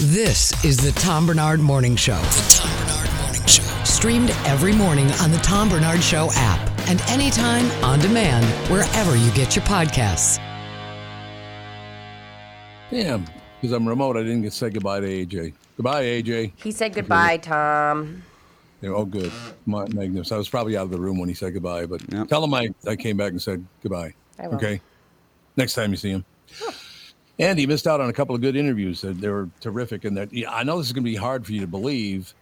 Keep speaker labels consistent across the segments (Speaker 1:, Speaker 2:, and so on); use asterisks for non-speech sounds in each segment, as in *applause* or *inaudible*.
Speaker 1: This is the Tom Bernard Morning Show. The Tom Bernard Morning Show. Streamed every morning on the Tom Bernard Show app and anytime on demand wherever you get your podcasts.
Speaker 2: Damn, because I'm remote, I didn't get to say goodbye to AJ. Goodbye, AJ.
Speaker 3: He said goodbye, Tom.
Speaker 2: Yeah, oh, good. Ma- Magnus. I was probably out of the room when he said goodbye, but tell him I, I came back and said goodbye.
Speaker 3: I will.
Speaker 2: Okay. Next time you see him. And he missed out on a couple of good interviews. They they were terrific. And that yeah, I know this is going to be hard for you to believe,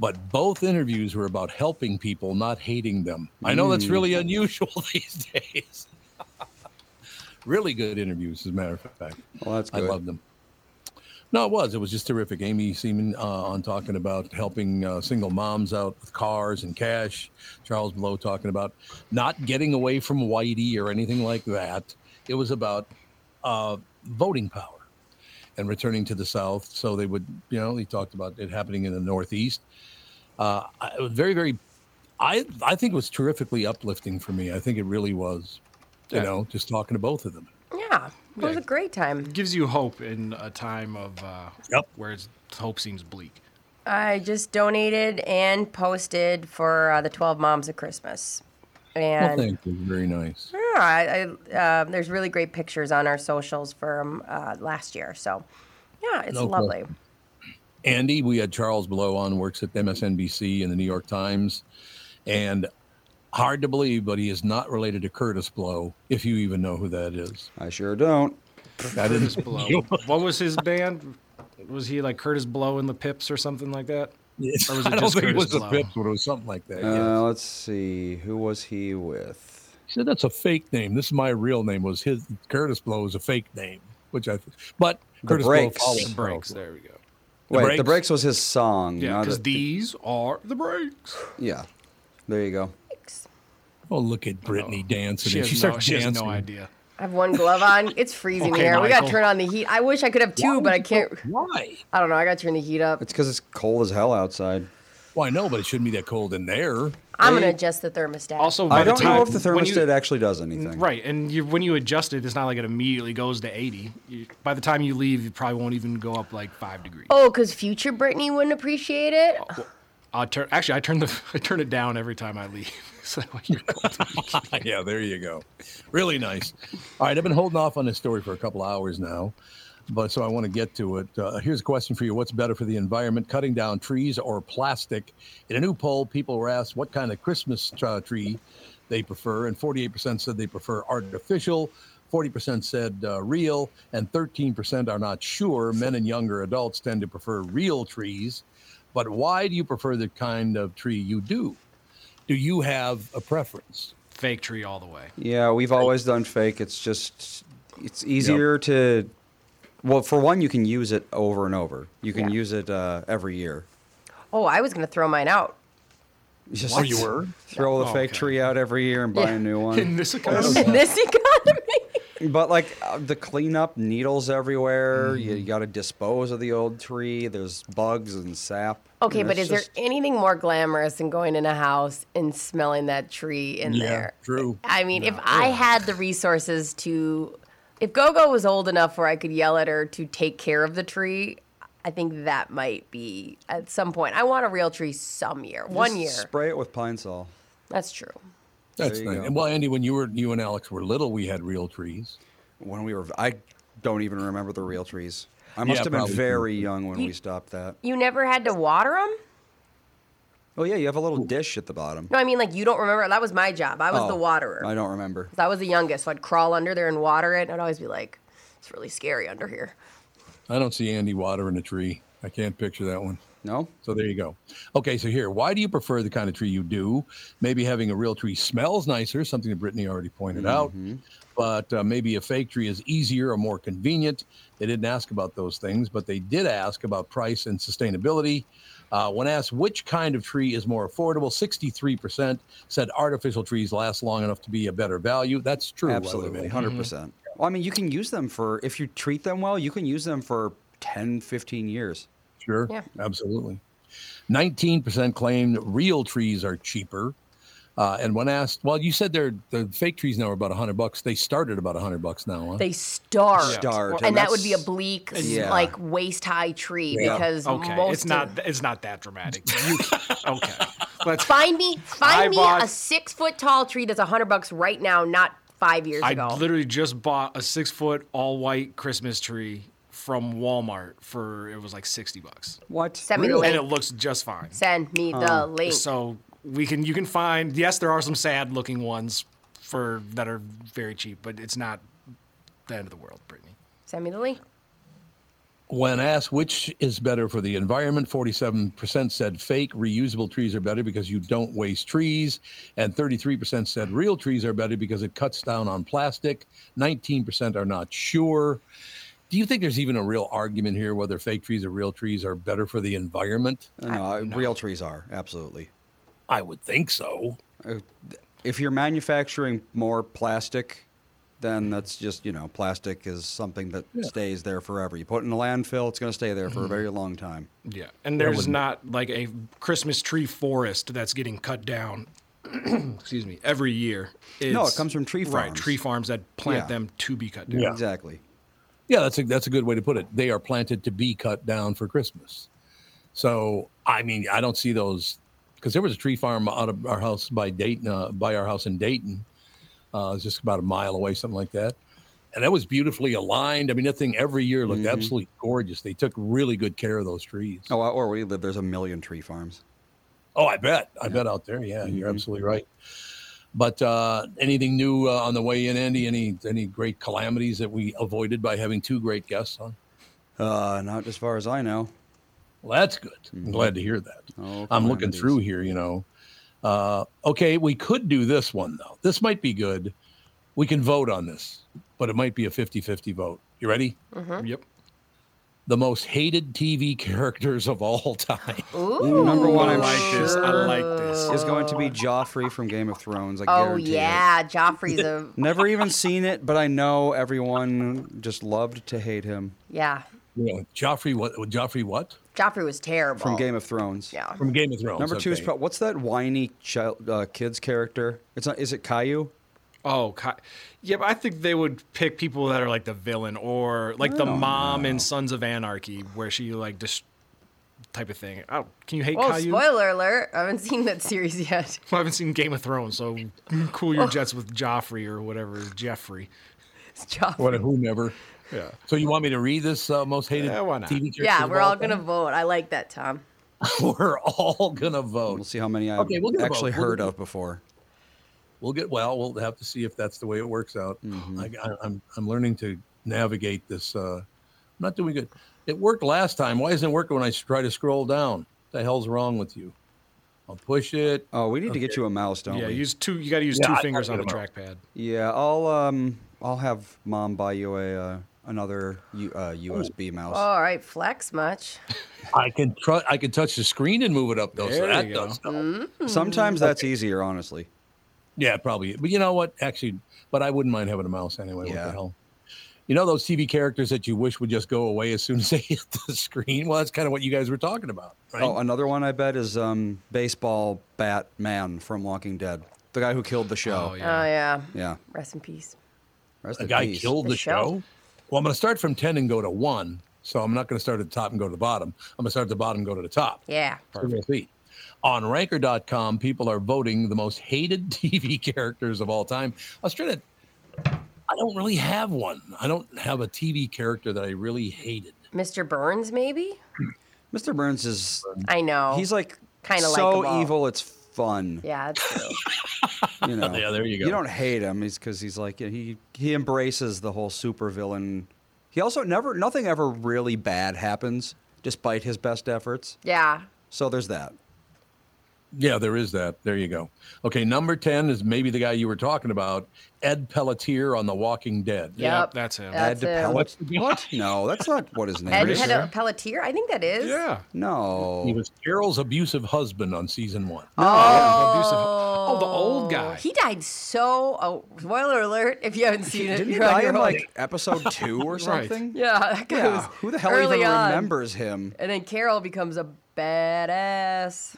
Speaker 2: but both interviews were about helping people, not hating them. I know
Speaker 4: Mm.
Speaker 2: that's
Speaker 5: Hmm.
Speaker 2: really unusual *laughs* these days. really good interviews, as a matter of fact.
Speaker 4: Well, that's
Speaker 2: I
Speaker 4: good.
Speaker 2: love them. No, it was. It was just terrific. Amy Seaman uh, on talking about helping uh, single moms out with cars and cash. Charles Blow talking about not getting away from Whitey or anything like that. It was about uh, voting power and returning to the South. So they would, you know, he talked about it happening in the Northeast. Uh, I- it was very, very. I I think it was terrifically uplifting for me. I think it really was. You
Speaker 4: Yeah.
Speaker 2: know, just talking to both of them.
Speaker 3: Yeah, it was a great time.
Speaker 6: gives you hope in a time of uh,
Speaker 2: Yep.
Speaker 6: where it's, hope seems bleak.
Speaker 3: I just donated and posted for uh, the 12 Moms of Christmas.
Speaker 2: Well,
Speaker 3: And
Speaker 2: thank you. Very nice.
Speaker 3: yeah, I, I, uh, there's really great pictures on our socials from uh, last year. So, yeah, it's
Speaker 2: No
Speaker 3: lovely.
Speaker 2: question. Andy, we had Charles Blow on, works at MSNBC and the New York Times. And hard to believe, but he is not related to Curtis Blow, if you even know who that is.
Speaker 4: I sure don't.
Speaker 2: I
Speaker 6: Curtis
Speaker 2: didn't- *laughs*
Speaker 6: Blow. what was his band? Was he like Curtis Blow and the Pips or something like that? Or was it
Speaker 2: *laughs* I don't
Speaker 6: just
Speaker 2: think it was
Speaker 6: Curtis
Speaker 2: the
Speaker 6: Blow?
Speaker 2: Pips, but it was something like that. yes.
Speaker 4: Uh, let's see. Who was he with?
Speaker 2: He said that's a fake name. This is my real name. Was his Curtis Blow is a fake name, which I. But Curtis
Speaker 4: Breaks.
Speaker 2: Blow
Speaker 6: The
Speaker 2: follows
Speaker 6: Breaks.
Speaker 2: Blow.
Speaker 6: There we go.
Speaker 2: The
Speaker 4: Wait,
Speaker 2: Breaks?
Speaker 4: the breaks was his song.
Speaker 6: Yeah,
Speaker 4: not
Speaker 6: because
Speaker 4: a-
Speaker 6: these are the Breaks.
Speaker 4: yeah. There you go.
Speaker 2: Oh, look at Brittany dancing.
Speaker 6: She
Speaker 2: and
Speaker 6: has,
Speaker 2: she
Speaker 6: no,
Speaker 2: starts
Speaker 6: she has
Speaker 2: dancing.
Speaker 6: no idea.
Speaker 3: I have one glove on. It's freezing
Speaker 6: Okay,
Speaker 3: here. We got
Speaker 6: Michael.
Speaker 3: to turn on the heat. I wish I could have two, but I can't.
Speaker 2: Why?
Speaker 3: I don't know. I got to turn the heat up.
Speaker 4: It's because it's cold as hell outside.
Speaker 2: Well, I know, but it shouldn't be that cold in there.
Speaker 3: I'm going to adjust the thermostat.
Speaker 6: Also, by
Speaker 4: I
Speaker 6: the
Speaker 4: don't know
Speaker 6: time-
Speaker 4: if the
Speaker 6: when you-
Speaker 4: thermostat actually does anything.
Speaker 6: Right, and you, when you adjust it, it's not like it immediately goes to 80. You, by the time you leave, it probably won't even go up like five degrees.
Speaker 3: oh, because future Britney wouldn't appreciate it.
Speaker 6: I'll turn, actually, I turn the *laughs* I turn it down every time I leave. *laughs* so that way you're cold.
Speaker 2: yeah, there you go. Really nice. All right, I've been holding off on this story for a couple hours now, but so I want to get to it. Uh, here's a question for you: What's better for the environment, cutting down trees or plastic? In a new poll, people were asked what kind of Christmas uh, tree they prefer, and 48% said they prefer artificial. 40% said uh, real, and 13% are not sure. Men and younger adults tend to prefer real trees. But why do you prefer the kind of tree you do? Do you have a preference?
Speaker 6: Fake tree all the way.
Speaker 4: Yeah,
Speaker 6: oh.
Speaker 4: we've always done fake. It's just it's easier to well, for one, you can use it over and over. You can
Speaker 3: Yeah.
Speaker 4: use it uh, every year.
Speaker 3: Oh, I was gonna throw mine out.
Speaker 4: Just
Speaker 2: What, you were?
Speaker 4: throw the
Speaker 6: Oh,
Speaker 4: fake
Speaker 6: okay.
Speaker 4: tree out every year and buy
Speaker 3: Yeah.
Speaker 4: a new
Speaker 6: In
Speaker 3: *laughs*
Speaker 4: one.
Speaker 6: this economy.
Speaker 3: In this economy.
Speaker 4: but like uh, the cleanup, needles everywhere. You,
Speaker 2: Mm-hmm.
Speaker 4: got to dispose of the old tree. There's bugs and sap.
Speaker 3: Okay,
Speaker 4: and
Speaker 3: but
Speaker 4: it's
Speaker 3: is
Speaker 4: just-
Speaker 3: there anything more glamorous than going in a house and smelling that tree in
Speaker 2: Yeah,
Speaker 3: there?
Speaker 2: true.
Speaker 3: I mean, if I had the resources to, if Gogo was old enough where I could yell at her to take care of the tree, I think that might be at some point. I want a real tree some year, one
Speaker 4: just
Speaker 3: year.
Speaker 4: Spray it with Pine Sol.
Speaker 3: That's true.
Speaker 2: That's
Speaker 4: you
Speaker 2: nice.
Speaker 4: go.
Speaker 2: And well, Andy, when you were you and Alex were little, we had real trees.
Speaker 4: When we were, I don't even remember the real trees. I must
Speaker 2: Yeah,
Speaker 4: have been
Speaker 2: probably. Mm-hmm.
Speaker 4: very young when
Speaker 3: You-
Speaker 4: we stopped that.
Speaker 3: You never had to water them?
Speaker 4: Oh yeah, you have a little dish at the bottom.
Speaker 3: No, I mean like you don't remember. That was my job. I was the
Speaker 4: Oh,
Speaker 3: waterer.
Speaker 4: I don't remember.
Speaker 3: I was the youngest, so I'd crawl under there and water it, and I'd always be like, "It's really scary under here."
Speaker 2: I don't see Andy watering a tree. I can't picture that one.
Speaker 4: No.
Speaker 2: So there you go. Okay, so here, why do you prefer the kind of tree you do? Maybe having a real tree smells nicer, something that Brittany already pointed
Speaker 4: Mm-hmm.
Speaker 2: out, but uh, maybe a fake tree is easier or more convenient. They didn't ask about those things, but they did ask about price and sustainability. Uh, when asked which kind of tree is more affordable, 63% said artificial trees last long enough to be a better value. That's true. by the way.
Speaker 4: Absolutely,
Speaker 3: Mm-hmm.
Speaker 4: 100%. percent Well, I mean, you can use them for, if you treat them well, you can use them for 10, 15 years.
Speaker 2: Sure.
Speaker 3: Yeah.
Speaker 2: Absolutely. 19% claimed real trees are cheaper. Uh, and when asked, well, you said they're the fake trees now are about 100 bucks. They started about 100 bucks now, huh?
Speaker 3: They starve.
Speaker 4: Start.
Speaker 3: and that would be a bleak, s-
Speaker 4: Yeah.
Speaker 3: like waist high tree
Speaker 4: Yeah.
Speaker 3: because
Speaker 6: Okay,
Speaker 3: most
Speaker 6: it's not
Speaker 3: of-
Speaker 6: it's not that dramatic. You,
Speaker 2: *laughs*
Speaker 6: okay, let's.
Speaker 3: find me, find
Speaker 6: I
Speaker 3: me
Speaker 6: bought-
Speaker 3: a six foot tall tree that's a hundred bucks right now, not five years
Speaker 6: I
Speaker 3: ago.
Speaker 6: literally just bought a six foot all white Christmas tree from Walmart for it was like sixty bucks,
Speaker 4: What? Oh,
Speaker 3: Send me the
Speaker 6: and it
Speaker 3: link.
Speaker 6: looks just fine.
Speaker 3: Send me the link.
Speaker 6: Um, So we can you can find yes, there are some sad looking ones for that are very cheap, but it's not the end of the world, Brittany.
Speaker 3: Send me the link.
Speaker 2: When asked which is better for the environment, 47% said fake reusable trees are better because you don't waste trees. And 33% said real trees are better because it cuts down on plastic. 19% are not sure. Do you think there's even a real argument here whether fake trees or real trees are better for the environment?
Speaker 4: Uh, No, I- real trees are, absolutely.
Speaker 2: I would think so.
Speaker 4: Uh, If you're manufacturing more plastic, then that's just, you know, plastic is something that stays there forever. You put it in a landfill, it's going to stay there
Speaker 3: Mm-hmm.
Speaker 4: for a very long time.
Speaker 6: Yeah, and there's not like a Christmas tree forest that's getting cut down. *clears throat* excuse me, every year.
Speaker 4: No,
Speaker 6: It's-
Speaker 4: it comes from tree
Speaker 6: Right,
Speaker 4: farms.
Speaker 6: tree farms that plant
Speaker 4: Yeah.
Speaker 6: them to be cut down.
Speaker 2: Yeah.
Speaker 4: Exactly.
Speaker 2: Yeah, that's a, that's a good way to put it. They are planted to be cut down for Christmas. So I mean, I don't see those because there was a tree farm out of our house by Dayton, uh, by our house in Dayton. Uh, it's just about a mile away, something like that. And that was beautifully aligned. I mean, that thing every year looked absolutely gorgeous. They tock really good care of those trees.
Speaker 4: Oh, or where you live, there's a million tree farms.
Speaker 2: Oh, I bet. I bet out there. Yeah, you're
Speaker 4: Mm-hmm.
Speaker 2: absolutely right. But uh, anything new uh, on the way in, Andy? Any any great calamities that we avoided by having two great guests on?
Speaker 4: Uh, not as far as I know.
Speaker 2: Well, that's good. I'm glad to hear that.
Speaker 4: Oh,
Speaker 2: I'm looking
Speaker 4: calamities.
Speaker 2: through here, you know. Uh, okay, we could do this one, though. This might be good. We can vote on this, but it might be a 50 50 vote. You ready?
Speaker 6: Yep.
Speaker 2: The most hated TV *laughs* characters of all time.
Speaker 4: Number one, I'm
Speaker 6: I like this. I
Speaker 4: sure
Speaker 6: like this.
Speaker 4: is going to be Joffrey from Game of Thrones. I
Speaker 3: Oh
Speaker 4: guarantee it. *laughs*
Speaker 3: yeah, Joffrey's a
Speaker 4: Never even seen it, but I know everyone just loved to hate him
Speaker 3: yeah.
Speaker 2: You know, Joffrey, what? Joffrey, what?
Speaker 3: Joffrey was terrible.
Speaker 4: from Game of Thrones.
Speaker 3: yeah.
Speaker 2: From Game of Thrones.
Speaker 4: Number two is
Speaker 2: okay.
Speaker 4: pro- what's that whiny child, uh, kids character? It's not. Is it Caillou?
Speaker 6: Oh, Ki- yeah, but I think they would pick people that are like the villain or like
Speaker 4: Oh.
Speaker 6: the mom in Sons of Anarchy, where she like dis- type of thing. Oh, can you hate
Speaker 3: Oh,
Speaker 6: Caillou?
Speaker 3: spoiler alert! I haven't seen that series *laughs* yet.
Speaker 6: I haven't seen Game of Thrones, so cool
Speaker 3: Oh.
Speaker 6: your jets with Joffrey or whatever Jeffrey.
Speaker 3: It's Joffrey.
Speaker 2: What, whomever. Yeah. So you want me to read this uh, most hated
Speaker 6: Yeah, why not?
Speaker 2: TV characters?
Speaker 3: Yeah,
Speaker 2: of
Speaker 3: we're all
Speaker 2: time? *laughs*
Speaker 3: gonna vote. I like that, Tom.
Speaker 2: we're all gonna vote.
Speaker 4: We'll see how many I've
Speaker 2: Okay, we'll get a
Speaker 4: actually
Speaker 2: vote. We'll
Speaker 4: heard
Speaker 2: get-
Speaker 4: of before.
Speaker 2: We'll get well. We'll have to see if that's the way it works out.
Speaker 4: Mm-hmm.
Speaker 2: I, I, I'm I'm learning to navigate this. Uh, I'm not doing good. It worked last time. Why isn't it working when I s- try to scroll down? the hell's wrong with you? I'll push it.
Speaker 4: Oh, we need to get you a mouse, don't
Speaker 6: Yeah,
Speaker 4: we?
Speaker 6: use two. You got to use
Speaker 2: Yeah,
Speaker 6: two
Speaker 2: I- I
Speaker 6: fingers on the
Speaker 2: don't know.
Speaker 6: trackpad.
Speaker 4: yeah, I'll um, I'll have mom buy you a uh, another U- uh, USB mouse. Oh,
Speaker 3: All right, flex much.
Speaker 2: I can tr- I can touch the screen and move it up though. so
Speaker 6: There
Speaker 2: that
Speaker 6: you go.
Speaker 2: does help.
Speaker 3: Mm-hmm.
Speaker 4: Sometimes that's easier, honestly.
Speaker 2: Yeah, probably. But you know what? Actually, but I wouldn't mind having a mouse anyway. What
Speaker 4: Yeah.
Speaker 2: the hell? You know those TV characters that you wish would just go away as soon as they *laughs* hit the screen? Well, that's kind of what you guys were talking about, right?
Speaker 4: Oh, another one I bet is um, baseball bat man from Walking Dead, the guy who killed the show.
Speaker 6: Oh
Speaker 3: Oh
Speaker 6: yeah.
Speaker 3: yeah.
Speaker 4: yeah.
Speaker 3: Rest in peace.
Speaker 4: Rest
Speaker 2: the
Speaker 4: in
Speaker 2: guy
Speaker 4: peace.
Speaker 2: killed the,
Speaker 3: The
Speaker 2: show.
Speaker 3: show.
Speaker 2: Well, I'm going to start from 10 and go to 1. So I'm not going to start at the top and go to the bottom. I'm going to start at the bottom and go to the top.
Speaker 3: Yeah.
Speaker 2: So we'll see. On ranker.com, people are voting the most hated *laughs* TV characters of all time. I was trying to, I don't really have one. I don't have a TV character that I really hated.
Speaker 3: Mr. Burns, maybe?
Speaker 4: Mr. Burns is
Speaker 3: I know.
Speaker 4: he's like
Speaker 3: Kinda
Speaker 4: so
Speaker 3: likable.
Speaker 4: evil it's fun.
Speaker 3: Yeah, that's true.
Speaker 4: You know.
Speaker 2: *laughs* Yeah, there you go.
Speaker 4: You don't hate him. He's because he's like he he embraces the whole supervillain. He also never nothing ever really bad happens despite his best efforts. *laughs*
Speaker 3: yeah.
Speaker 4: So there's that.
Speaker 2: Yeah, there is that. There you go. Okay, number 10 is maybe the guy you were talking about, Ed Pelletier on The Walking Dead.
Speaker 3: Yep.
Speaker 6: that's him.
Speaker 3: That's
Speaker 4: Ed
Speaker 3: him.
Speaker 4: Pellet. What? No, that's not what his name
Speaker 3: Ed
Speaker 4: is.
Speaker 3: Ped- Pelletier? I think that is.
Speaker 6: Yeah.
Speaker 4: No. Uh,
Speaker 2: He was Carol's abusive husband on season one.
Speaker 6: Oh, the old guy.
Speaker 3: He died so. Oh, spoiler alert! If you haven't seen it,
Speaker 4: Didn't he
Speaker 3: you're on
Speaker 4: die
Speaker 3: your
Speaker 4: in
Speaker 3: own.
Speaker 4: like episode two
Speaker 2: *laughs*
Speaker 4: or something?
Speaker 3: Yeah, that guy
Speaker 4: Yeah,
Speaker 3: was
Speaker 4: Who the hell
Speaker 3: early
Speaker 4: even
Speaker 3: on.
Speaker 4: remembers him?
Speaker 3: And then Carol becomes a badass.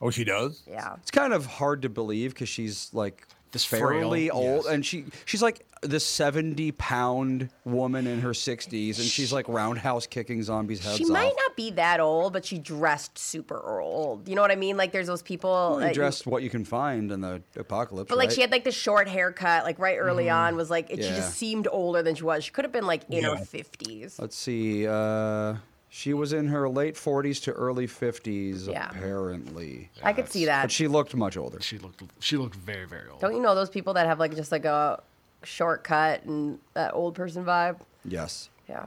Speaker 2: Oh, she does?
Speaker 3: Yeah,
Speaker 4: It's kind of hard to believe because she's like
Speaker 6: This
Speaker 4: fairly
Speaker 6: frail,
Speaker 4: old,
Speaker 6: yes.
Speaker 4: and she she's like the seventy pound woman in her sixties, and she's like roundhouse kicking zombies heads
Speaker 3: she might
Speaker 4: off.
Speaker 3: not be that old, but she dressed super old. You know what I mean? Like there's those people.
Speaker 4: Well, you
Speaker 3: that you-
Speaker 4: dress what you can find in the apocalypse.
Speaker 3: But like
Speaker 4: right?
Speaker 3: she had like the short haircut, like right early
Speaker 2: Mm-hmm.
Speaker 3: on was like it, she
Speaker 4: Yeah.
Speaker 3: just seemed older than she was. She could have been like in her fifties.
Speaker 4: Let's see. Uh, she was in her late forties to early fifties,
Speaker 3: Yeah.
Speaker 4: apparently.
Speaker 3: I could see
Speaker 4: But
Speaker 3: that.
Speaker 4: she looked much older.
Speaker 6: She looked. She looked very, very old.
Speaker 3: Don't you know those people that have like just like a shortcut and that old person vibe?
Speaker 4: Yes,
Speaker 3: Yeah.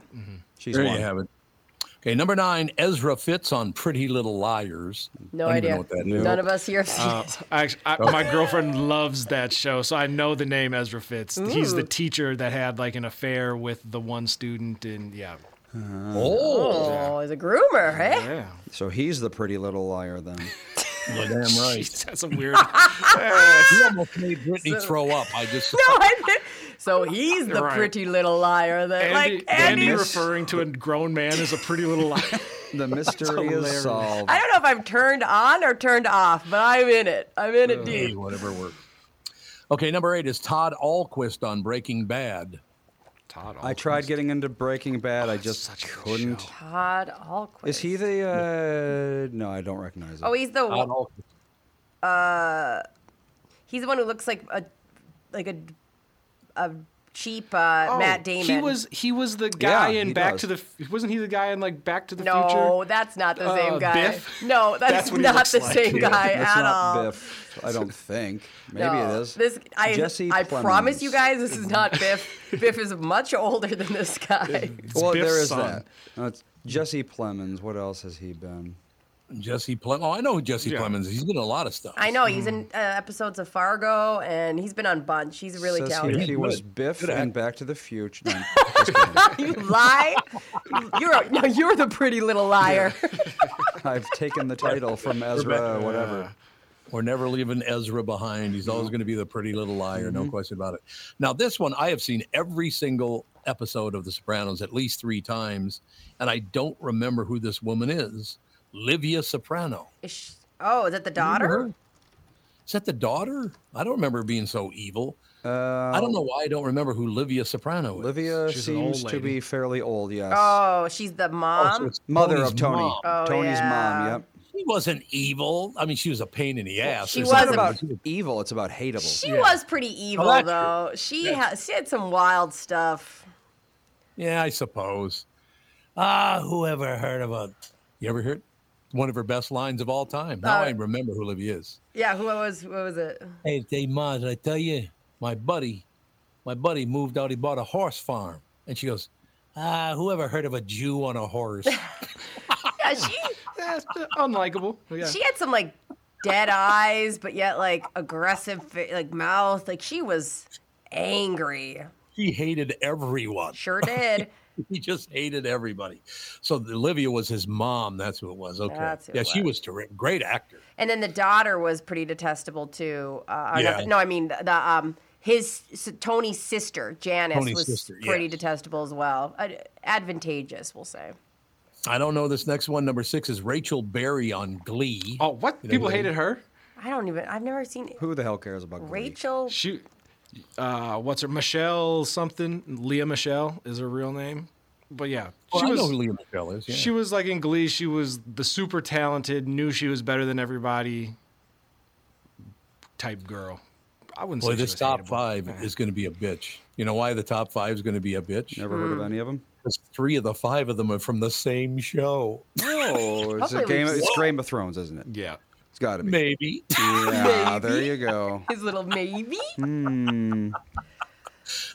Speaker 4: she's
Speaker 2: There
Speaker 4: one.
Speaker 2: you have it. Okay, number nine, Ezra Fitz on Pretty Little Liars.
Speaker 3: No
Speaker 2: Don't
Speaker 3: idea.
Speaker 2: Even know what that is.
Speaker 3: None of us here have seen
Speaker 6: Uh,
Speaker 3: it.
Speaker 6: I, act- I, my girlfriend loves that show, so I know the name Ezra Fitz. He's the teacher that had like an affair with the one student, and yeah,
Speaker 4: Uh,
Speaker 2: Oh,
Speaker 3: Oh, he's a groomer, eh?
Speaker 6: yeah,
Speaker 4: So he's the pretty little
Speaker 6: *laughs*
Speaker 4: liar then.
Speaker 2: you're damn right.
Speaker 6: Jeez, that's a
Speaker 2: *laughs*
Speaker 6: weird.
Speaker 2: You almost made Brittany throw up. I
Speaker 6: *laughs*
Speaker 2: just
Speaker 3: No,
Speaker 4: *laughs*
Speaker 3: I did. So he's the
Speaker 6: Right.
Speaker 3: pretty little liar that
Speaker 6: Andy,
Speaker 3: like
Speaker 6: Andy
Speaker 3: Andy.
Speaker 6: referring to a grown man as a pretty little liar.
Speaker 4: *laughs* The mystery is
Speaker 6: hilarious.
Speaker 4: solved.
Speaker 3: I don't know if I'm turned on or turned off, but I'm in it. I'm in it
Speaker 2: Hey,
Speaker 3: deep.
Speaker 2: whatever works. Okay, number eight is Todd Alquist on Breaking Bad.
Speaker 6: Todd,
Speaker 4: I tried getting into Breaking Bad. I just
Speaker 6: such a good
Speaker 4: couldn't.
Speaker 6: show.
Speaker 3: Todd Alquist.
Speaker 4: Is he the? Uh, no, I don't recognize him.
Speaker 3: Oh, he's the
Speaker 2: Todd Alquist.
Speaker 3: Uh, he's the one who looks like a like a a cheap uh, Matt Damon.
Speaker 6: Oh, He was he was the guy
Speaker 4: Yeah,
Speaker 6: in
Speaker 4: he
Speaker 6: Back
Speaker 4: does.
Speaker 6: to the F- wasn't he the guy in like Back to the
Speaker 3: no,
Speaker 6: Future?
Speaker 3: that's not the
Speaker 6: Uh,
Speaker 3: same guy.
Speaker 6: Biff?
Speaker 3: *laughs* No, that's,
Speaker 6: That's what he
Speaker 3: not
Speaker 6: looks
Speaker 3: the
Speaker 6: like.
Speaker 3: same
Speaker 6: Yeah,
Speaker 3: guy
Speaker 4: That's
Speaker 3: at
Speaker 4: not
Speaker 3: all.
Speaker 4: Biff. I
Speaker 3: *laughs*
Speaker 4: don't think. Maybe
Speaker 3: No,
Speaker 4: it is.
Speaker 3: This I
Speaker 4: Jesse
Speaker 3: I
Speaker 4: Plemons.
Speaker 3: promise you guys this
Speaker 4: *laughs*
Speaker 3: is not Biff. Biff is much older than this guy.
Speaker 4: Well,
Speaker 6: Biff's
Speaker 4: there is
Speaker 6: son.
Speaker 4: that. No, it's Jesse Plemons. What else has he been?
Speaker 2: Jesse Plemons. Oh, I know who Jesse
Speaker 6: Yeah.
Speaker 2: Plemons. is. He's been in a lot of stuff.
Speaker 3: I know he's in uh, episodes of Fargo and he's been on Bunch. He's really
Speaker 4: Says here
Speaker 3: talented.
Speaker 4: he
Speaker 2: Good.
Speaker 3: *laughs*
Speaker 4: was Biff
Speaker 2: Good
Speaker 4: and
Speaker 2: actor.
Speaker 4: Back to the Future. No, I'm just kidding.
Speaker 3: you lie. You're a, no, you're the pretty little liar.
Speaker 4: I've taken the title from Ezra, whatever.
Speaker 2: We're never leaving Ezra behind. He's always going to be the pretty little liar,
Speaker 4: Mm-hmm.
Speaker 2: no question about it. Now, this one, I have seen every single episode of The Sopranos at least three times, and I don't remember who this woman is. Livia Soprano.
Speaker 3: Is she- oh, is that the daughter?
Speaker 2: Is that the daughter? I don't remember her being so evil. I don't know why I don't remember who Livia Soprano is.
Speaker 4: Olivia
Speaker 6: She's an old
Speaker 4: Uh, seems to
Speaker 6: lady.
Speaker 4: be fairly old. Yes.
Speaker 3: Oh, she's the
Speaker 2: Oh,
Speaker 3: mom.
Speaker 2: so it's
Speaker 4: Mother
Speaker 2: Tony's
Speaker 4: of Tony.
Speaker 2: mom.
Speaker 4: Tony's
Speaker 3: Oh, yeah.
Speaker 4: mom. Yep.
Speaker 2: She wasn't evil. I mean, she was a pain in the ass.
Speaker 3: she
Speaker 2: or
Speaker 4: It's not
Speaker 3: wasn't-
Speaker 2: something.
Speaker 4: about evil. It's about hateable.
Speaker 3: she was pretty evil
Speaker 2: that's true.
Speaker 3: though. She ha- she had some wild stuff.
Speaker 2: Yeah, I suppose. Ah, whoever heard of a? You ever heard one of her best lines of all time?
Speaker 3: Uh,
Speaker 2: Now I remember who Livy is.
Speaker 3: Yeah, who was what was it?
Speaker 2: Hey, hey, Ma, did I tell you my buddy, my buddy moved out. He bought a horse farm, and she goes, Ah, whoever heard of a Jew on a horse?
Speaker 3: Yeah, she
Speaker 6: Yeah, it's unlikable. Yeah.
Speaker 3: she had some like dead eyes, but yet like aggressive fa- like mouth. Like she was angry.
Speaker 2: He hated everyone.
Speaker 3: Sure did.
Speaker 2: *laughs* He just hated everybody. So Olivia was his mom. That's who it was. Okay.
Speaker 3: That's who it
Speaker 2: yeah, she
Speaker 3: was.
Speaker 2: was terrific. Great actor.
Speaker 3: And then the daughter was pretty detestable too. Uh, or
Speaker 2: Yeah.
Speaker 3: not- no, I mean the, the um his s- Tony's sister Janice
Speaker 2: Tony's
Speaker 3: was
Speaker 2: sister,
Speaker 3: pretty
Speaker 2: yes.
Speaker 3: detestable as well. Ad- advantageous, we'll say.
Speaker 2: I don't know this next one. Number six is Rachel Berry on Glee.
Speaker 6: Oh, what?
Speaker 2: You know,
Speaker 6: People
Speaker 2: they-
Speaker 6: hated her?
Speaker 3: I don't even. I've never seen
Speaker 4: Who the hell cares about Glee?
Speaker 3: Rachel.
Speaker 6: She, uh, what's her? Michelle something. Leah Michelle is her real name. But yeah,
Speaker 2: Well,
Speaker 6: she
Speaker 2: Oh, I
Speaker 6: was.
Speaker 2: know who Leah Michelle is. Yeah.
Speaker 6: She was like in Glee. She was the super talented, knew she was better than everybody. Type girl. I wouldn't
Speaker 2: Boy,
Speaker 6: say she
Speaker 2: this
Speaker 6: was
Speaker 2: top
Speaker 6: hateable.
Speaker 2: five is going to be a bitch. You know why the top five is going to be a bitch?
Speaker 4: Never
Speaker 3: Hmm.
Speaker 4: heard of any of them?
Speaker 2: Because three of the five of them are from the same show.
Speaker 6: *laughs*
Speaker 4: No, it's a
Speaker 3: Hopefully we
Speaker 4: game. It's
Speaker 3: just-
Speaker 4: Game of Thrones, isn't it?
Speaker 6: Yeah.
Speaker 4: It's got to be.
Speaker 2: Maybe.
Speaker 3: *laughs*
Speaker 4: Yeah, there you go.
Speaker 3: His little maybe.
Speaker 4: Hmm.
Speaker 2: *laughs*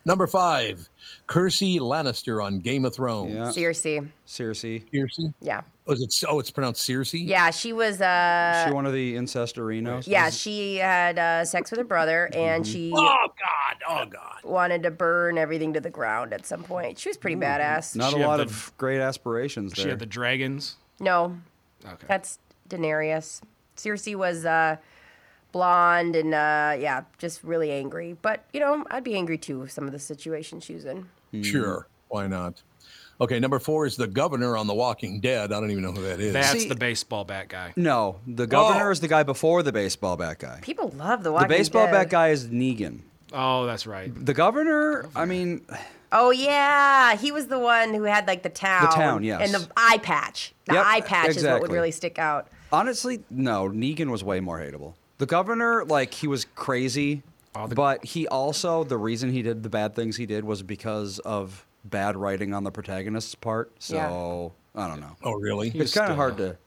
Speaker 2: Number five, Cersei Lannister on Game of Thrones.
Speaker 4: Yeah.
Speaker 3: Cersei.
Speaker 4: Seriously,
Speaker 2: Cersei?
Speaker 3: Yeah.
Speaker 2: Oh, is it, oh, it's pronounced Cersei?
Speaker 3: Yeah, she was. Uh,
Speaker 4: she one of the incestorinos.
Speaker 3: yeah, she had uh, sex with her brother, and she
Speaker 2: Oh, God. Oh, God.
Speaker 3: wanted to burn everything to the ground at some point. She was pretty badass.
Speaker 4: Not
Speaker 6: She
Speaker 4: a
Speaker 6: had
Speaker 4: lot
Speaker 6: the-
Speaker 4: of great aspirations there.
Speaker 6: She had the dragons.
Speaker 3: No,
Speaker 6: Okay.
Speaker 3: that's Daenerys. Cersei was uh, blonde and uh, yeah, just really angry. But you know, I'd be angry too. with Some of the situations she was in.
Speaker 4: Hmm.
Speaker 2: Sure. Why not? Okay, number four is the governor on The Walking Dead. I don't even know who that is.
Speaker 6: That's
Speaker 4: See-
Speaker 6: the baseball bat guy.
Speaker 4: no, the governor
Speaker 3: Oh.
Speaker 4: is the guy before the baseball bat guy.
Speaker 3: People love the
Speaker 4: The
Speaker 3: Walking
Speaker 4: baseball
Speaker 3: Dead.
Speaker 4: bat guy is Negan.
Speaker 6: Oh, that's right.
Speaker 4: The governor, I mean,
Speaker 3: Oh yeah, he was the one who had like the town,
Speaker 4: town, yes.
Speaker 3: and the eye patch. The
Speaker 4: Yep,
Speaker 3: eye patch is what would
Speaker 4: exactly.
Speaker 3: really stick out.
Speaker 4: honestly, no, Negan was way more hateable. The governor, like, he was crazy, but he also, the reason he did the bad things he did was because of bad writing on the protagonist's part. So, I don't know.
Speaker 2: oh, really?
Speaker 4: it's kind of hard to,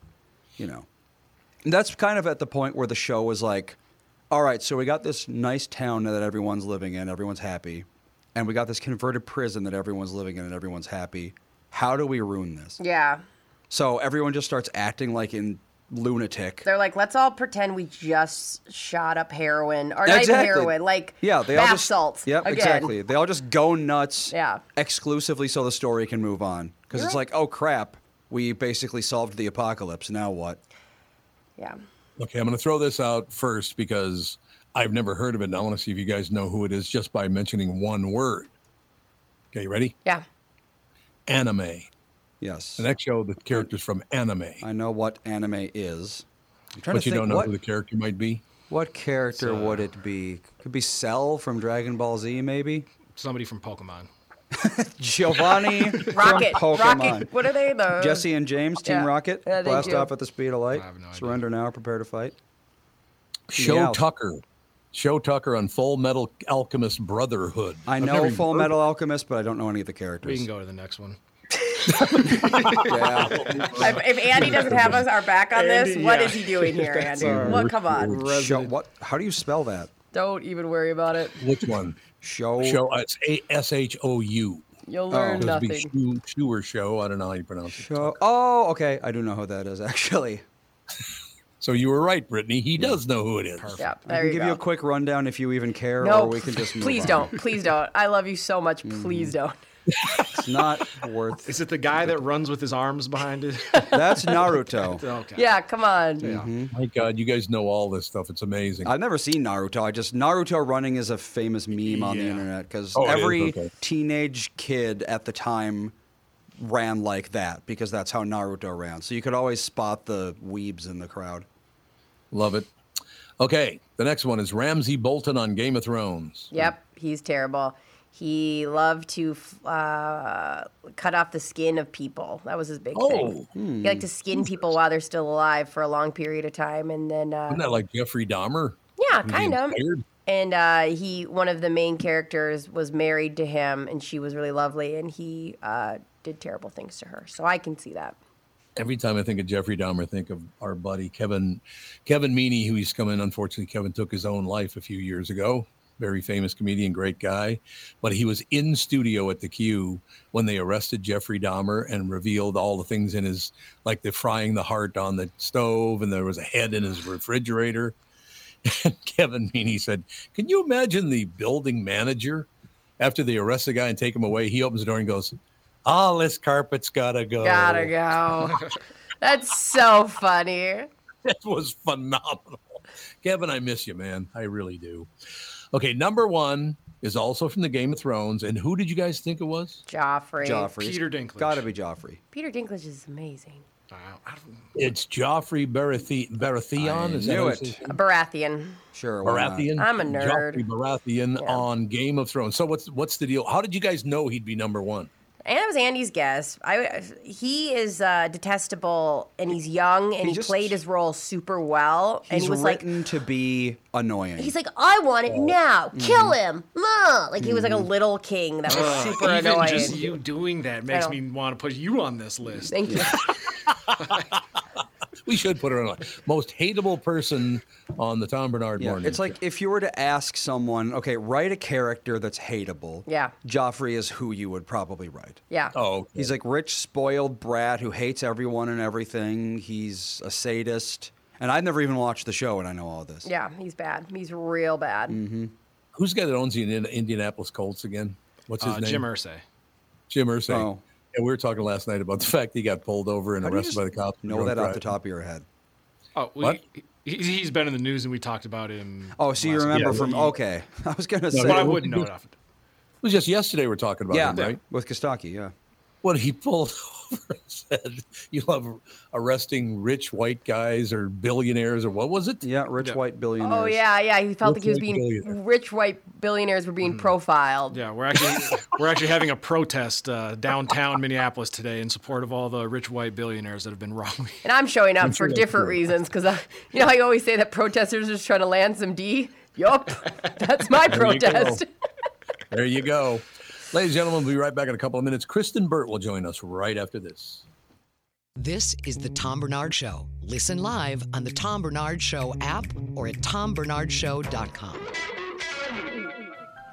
Speaker 4: you know. And that's kind of at the point where the show was like, all right, so we got this nice town that everyone's living in, everyone's happy, and we got this converted prison that everyone's living in and everyone's happy. How do we ruin this?
Speaker 3: Yeah,
Speaker 4: So everyone just starts acting like in lunatic.
Speaker 3: they're like, let's all pretend we just shot up heroin or not even heroin, like
Speaker 4: yeah, they
Speaker 3: bath
Speaker 4: all just,
Speaker 3: salts.
Speaker 4: Yep,
Speaker 3: again.
Speaker 4: exactly. They all just go nuts.
Speaker 3: Yeah.
Speaker 4: exclusively so the story can move on because it's like, oh crap, we basically solved the apocalypse. Now what?
Speaker 3: Yeah,
Speaker 2: Okay, I'm going to throw this out first because I've never heard of it. And I want to see if you guys know who it is just by mentioning one word. Okay, you ready?
Speaker 3: yeah.
Speaker 2: Anime.
Speaker 4: Yes,
Speaker 2: The next show, the character's from anime,
Speaker 4: I know what anime is. I'm trying
Speaker 2: but
Speaker 4: to
Speaker 2: you
Speaker 4: think
Speaker 2: don't know
Speaker 4: what,
Speaker 2: who the character might be.
Speaker 4: what character would it be? Could be Cell from Dragon Ball Z, maybe.
Speaker 6: Somebody from Pokemon.
Speaker 4: *laughs* Giovanni
Speaker 3: Rocket,
Speaker 4: from Pokemon.
Speaker 3: rocket. What are they though?
Speaker 4: Jesse
Speaker 3: *laughs*
Speaker 4: and James, Team
Speaker 3: Yeah.
Speaker 4: Rocket,
Speaker 3: Yeah, they
Speaker 4: blast
Speaker 3: do.
Speaker 4: off at the speed of light.
Speaker 6: have no idea.
Speaker 4: Surrender now, prepare to fight.
Speaker 2: Show
Speaker 4: Yeah.
Speaker 2: Tucker. Show Tucker on Full Metal Alchemist Brotherhood.
Speaker 4: I
Speaker 2: I've
Speaker 4: know
Speaker 2: never
Speaker 4: Full
Speaker 2: heard-
Speaker 4: Metal Alchemist, but I don't know any of the
Speaker 6: We can
Speaker 4: characters.
Speaker 6: go to the next one.
Speaker 4: *laughs* Yeah.
Speaker 3: If, if Andy doesn't have us our back on this,
Speaker 6: Andy,
Speaker 3: what
Speaker 6: yeah.
Speaker 3: is he
Speaker 4: *laughs*
Speaker 3: doing here, Andy? What? Come on.
Speaker 4: Show, what? How do you spell that?
Speaker 3: Don't even worry about it.
Speaker 2: Which one?
Speaker 4: Show. Oh.
Speaker 2: Show. uh, It's A S H O U.
Speaker 3: You'll
Speaker 4: learn
Speaker 3: learn
Speaker 2: It would be
Speaker 3: nothing.
Speaker 2: shoe, shoe or show. I don't know how you pronounce it.
Speaker 4: Show. Oh, okay. I do know who that is actually.
Speaker 2: *laughs* So you were right, Brittany. He does know who it is.
Speaker 3: Yeah,
Speaker 4: I
Speaker 3: there
Speaker 4: can
Speaker 3: you
Speaker 4: give
Speaker 3: go.
Speaker 4: you a quick rundown if you even care, or we can
Speaker 3: *laughs*
Speaker 4: just move
Speaker 3: please
Speaker 4: on. Mm-hmm.
Speaker 3: don't. Please don't. I love you so much. Please don't.
Speaker 4: It's not worth.
Speaker 6: Is it the guy that runs with his arms behind
Speaker 3: *laughs*
Speaker 6: it?
Speaker 4: That's
Speaker 2: *laughs*
Speaker 4: Naruto.
Speaker 6: okay.
Speaker 3: Yeah, come on.
Speaker 2: My God, you guys know all this stuff. It's amazing.
Speaker 4: I've never seen Naruto. I just Naruto running is a famous meme on the
Speaker 6: Yeah.
Speaker 4: internet because
Speaker 2: Oh, it is?
Speaker 4: every
Speaker 2: Okay.
Speaker 4: teenage kid at the time ran like that because that's how Naruto ran. So you could always spot the weebs in the crowd.
Speaker 2: Love it. Okay, the next one is Ramsey Bolton on Game of Thrones.
Speaker 3: Yep, he's terrible. He loved to f- uh, cut off the skin of people. That was his big thing. He liked to
Speaker 4: Hmm.
Speaker 3: skin people while they're still alive for a long period of time, and then uh,
Speaker 2: Isn't that like Jeffrey Dahmer?
Speaker 3: yeah,
Speaker 2: Being
Speaker 3: kind of.
Speaker 2: fired?
Speaker 3: And uh, he, one of the main characters, was married to him, and she was really lovely, and he uh, did terrible things to her. So I can see that.
Speaker 2: every time I think of Jeffrey Dahmer, I think of our buddy Kevin Kevin Meaney, who he's come in. Unfortunately, Kevin took his own life a few years ago. very famous comedian, great guy. But he was in studio at the Q when they arrested Jeffrey Dahmer and revealed all the things in his, like the frying the heart on the stove, and there was a head in his refrigerator. *laughs* And Kevin Meaney said, Can you imagine the building manager after they arrest the guy and take him away? He opens the door and goes, All this carpet's gotta
Speaker 4: Oh.
Speaker 2: go.
Speaker 3: Gotta
Speaker 4: *laughs*
Speaker 3: go. That's so funny.
Speaker 2: *laughs* That was phenomenal. Kevin, I miss you, man. I really do. Okay, number one is also from the Game of Thrones. And who did you guys think it was?
Speaker 3: Joffrey.
Speaker 4: Joffrey.
Speaker 6: Peter Dinklage.
Speaker 4: Gotta be Joffrey.
Speaker 3: Peter Dinklage is amazing.
Speaker 6: Wow. I don't-
Speaker 2: It's Joffrey Baratheon. Baratheon.
Speaker 4: I
Speaker 2: is that
Speaker 4: knew
Speaker 2: how it's-
Speaker 4: it.
Speaker 3: A Baratheon.
Speaker 4: Sure. why not?
Speaker 2: Baratheon.
Speaker 3: I'm a nerd.
Speaker 2: Joffrey Baratheon
Speaker 3: Yeah.
Speaker 2: on Game of Thrones. So what's what's the deal? How did you guys know he'd be number one?
Speaker 3: And it was Andy's guess. I he is uh, detestable, and he's young, and
Speaker 4: He
Speaker 3: he,
Speaker 4: just-
Speaker 3: played his role super well. And
Speaker 4: He's
Speaker 3: he was like,
Speaker 4: written to be annoying.
Speaker 3: he's like, Oh, mm-hmm. I want it now. Kill him, Ma. Like he was like a little king that was super
Speaker 6: Even
Speaker 3: annoying.
Speaker 6: just you doing that makes
Speaker 3: know.
Speaker 6: me want to put you on this list.
Speaker 3: Thank you.
Speaker 2: We should put her on most hateable person on the Tom Bernard
Speaker 4: Yeah,
Speaker 2: morning.
Speaker 4: it's like if you were to ask someone, okay, write a character that's hateable.
Speaker 3: Yeah.
Speaker 4: Joffrey is who you would probably write.
Speaker 3: Yeah.
Speaker 2: show. oh,
Speaker 4: He's like rich, spoiled brat who hates everyone and everything. He's a sadist. And I've never even watched the show and I know all this.
Speaker 3: *laughs* Yeah, he's bad. He's real bad.
Speaker 4: Mm-hmm.
Speaker 2: who's the guy that owns the Indian- Indianapolis Colts again? What's his
Speaker 6: Uh,
Speaker 2: name?
Speaker 6: Jim Irsay.
Speaker 2: Jim Irsay.
Speaker 4: Oh.
Speaker 2: And we were talking last night about the *laughs* fact he got pulled over and
Speaker 4: How do you
Speaker 2: arrested
Speaker 4: just
Speaker 2: by the cops. for
Speaker 4: Know
Speaker 2: drunk
Speaker 4: that off the
Speaker 2: driving.
Speaker 4: top of your head.
Speaker 6: Oh, we,
Speaker 2: What?
Speaker 6: He, he's been in the news, and we talked about him.
Speaker 4: Oh, so you
Speaker 6: last
Speaker 4: remember
Speaker 6: week.
Speaker 4: from, okay. *laughs* I was going to say.
Speaker 6: But I wouldn't know it off.
Speaker 2: It was just yesterday we were talking about
Speaker 4: Yeah,
Speaker 2: him, right?
Speaker 4: with Kostaki, yeah.
Speaker 2: when he pulled *laughs* over and said, "You love arresting rich white guys or billionaires or what was it?"
Speaker 4: Yeah, rich white billionaires.
Speaker 3: Oh yeah, yeah. He felt
Speaker 2: Rich
Speaker 3: like
Speaker 2: white
Speaker 3: Mm-hmm. he was being
Speaker 2: billionaire.
Speaker 3: rich white billionaires were being profiled.
Speaker 6: Yeah, we're actually we're actually having a protest uh, downtown Minneapolis today in support of all the rich white billionaires that have been wrongly.
Speaker 3: And I'm showing up for different *laughs* reasons because you know how you always say that protesters are just trying to land some D. Yup, *laughs* that's my
Speaker 2: you go.
Speaker 3: protest.
Speaker 2: There you go, ladies and gentlemen. We'll be right back in a couple of minutes. Kristen Burt will join us right after this.
Speaker 1: This is the Tom Bernard Show. Listen live on the Tom Bernard Show app or at tombernardshow.com.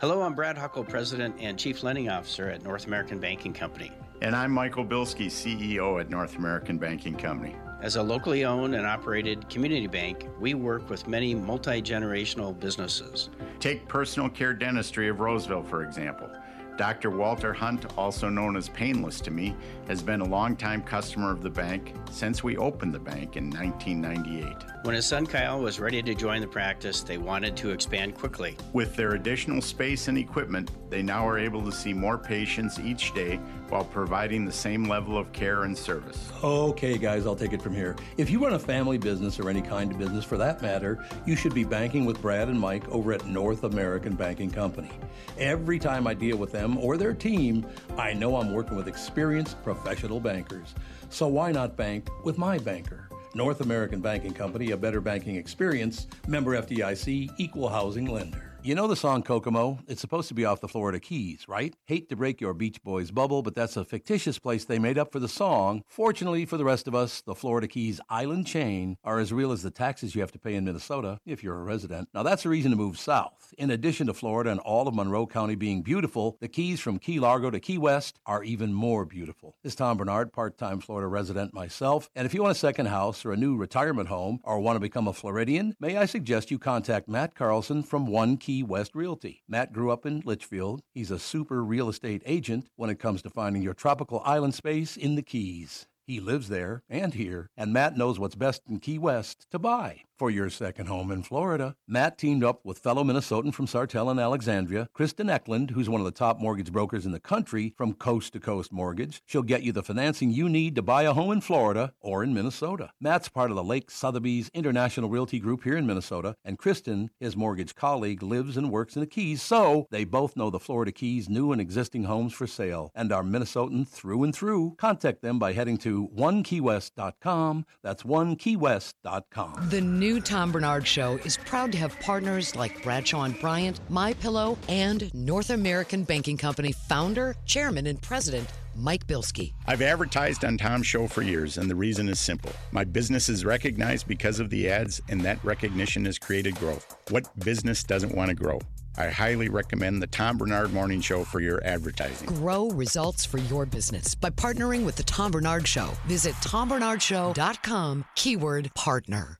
Speaker 7: Hello, I'm Brad Huckle, President and Chief Lending Officer at North American Banking Company.
Speaker 8: And I'm Michael Bilski, CEO at North American Banking Company.
Speaker 7: As a locally owned and operated community bank, we work with many multi generational businesses.
Speaker 8: Take personal care dentistry of Roseville, for example. Dr. Walter Hunt, also known as Painless to me, has been a longtime customer of the bank since we opened the bank in 1998.
Speaker 7: When his son Kyle was ready to join the practice, they wanted to expand quickly.
Speaker 8: With their additional space and equipment, they now are able to see more patients each day while providing the same level of care and service.
Speaker 2: Okay, guys, I'll take it from here. If you run a family business or any kind of business for that matter, you should be banking with Brad and Mike over at North American Banking Company. Every time I deal with them or their team, I know I'm working with experienced professional bankers. So why not bank with my banker? North American Banking Company, a better banking experience, member FDIC, equal housing lender. You know the song Kokomo? It's supposed to be off the Florida Keys, right? Hate to break your Beach Boys bubble, but that's a fictitious place they made up for the song. Fortunately for the rest of us, the Florida Keys island chain are as real as the taxes you have to pay in Minnesota if you're a resident. Now that's a reason to move south. In addition to Florida and all of Monroe County being beautiful, the Keys from Key Largo to Key West are even more beautiful. This is Tom Bernard, part-time Florida resident myself, and if you want a second house or a new retirement home or want to become a Floridian, may I suggest you contact Matt Carlson from One Key West Realty. Matt grew up in Litchfield. He's a super real estate agent when it comes to finding your tropical island space in the Keys. He lives there and here, and Matt knows what's best in Key West to buy. For your second home in Florida, Matt teamed up with fellow Minnesotan from Sartell and Alexandria, Kristen Eklund, who's one of the top mortgage brokers in the country from Coast to Coast Mortgage. She'll get you the financing you need to buy a home in Florida or in Minnesota. Matt's part of the Lake Sotheby's International Realty Group here in Minnesota, and Kristen, his mortgage colleague, lives and works in the Keys, so they both know the Florida Keys new and existing homes for sale and are Minnesotan through and through. Contact them by heading to onekeywest.com. That's onekeywest.com.
Speaker 1: The new Tom Bernard Show is proud to have partners like Bradshaw and Bryant, MyPillow, and North American Banking Company founder, chairman, and president Mike Bilski.
Speaker 8: I've advertised on Tom's show for years, and the reason is simple. My business is recognized because of the ads, and that recognition has created growth. What business doesn't want to grow? I highly recommend the Tom Bernard Morning Show for your advertising.
Speaker 1: Grow results for your business by partnering with the Tom Bernard Show. Visit tombernardshow.com, keyword partner.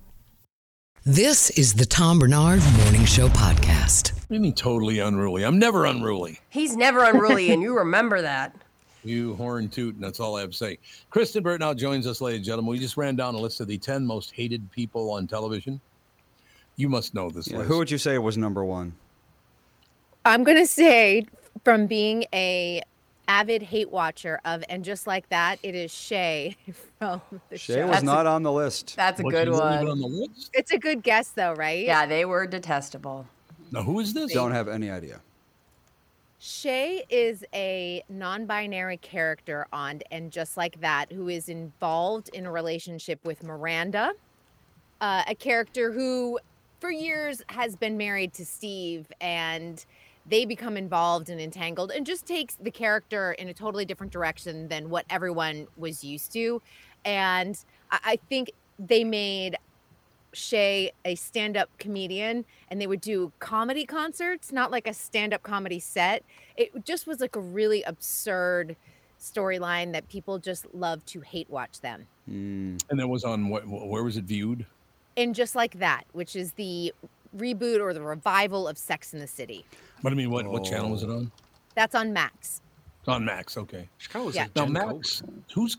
Speaker 1: This is the Tom Bernard Morning Show podcast.
Speaker 2: What do you mean totally unruly? I'm never unruly.
Speaker 3: He's never unruly, and you remember that.
Speaker 2: You horn toot, and that's all I have to say. Kristen Burt now joins us, ladies and gentlemen. We just ran down a list of the 10 most hated people on television. You must know this
Speaker 4: Yeah,
Speaker 2: list.
Speaker 4: who would you say was number one?
Speaker 9: I'm gonna say from being a avid hate watcher of and just like that, it is Shay *laughs* from the
Speaker 4: Shay
Speaker 9: show.
Speaker 4: was not on the list.
Speaker 3: That's a good one.
Speaker 9: It's a good guess though, right?
Speaker 3: Yeah, they were detestable.
Speaker 2: Now, who is this?
Speaker 4: Don't have any idea.
Speaker 9: Shay is a non binary character on And Just Like That who is involved in a relationship with Miranda, uh, a character who for years has been married to Steve and they become involved and entangled and just takes the character in a totally different direction than what everyone was used to. And I, I think they made Shay a stand up comedian and they would do comedy concerts, not like a stand up comedy set. It just was like a really absurd storyline that people just love to hate watch them.
Speaker 4: Hmm.
Speaker 2: And that was on what? Where was it viewed?
Speaker 9: And just like that, which is the reboot or the revival of Sex in the City.
Speaker 2: But I mean, what, what channel was it on?
Speaker 9: That's on Max.
Speaker 4: Oh.
Speaker 2: On Max, okay.
Speaker 6: Chicago
Speaker 9: looks Yeah. like
Speaker 2: Now,
Speaker 9: Jen
Speaker 2: Max, who's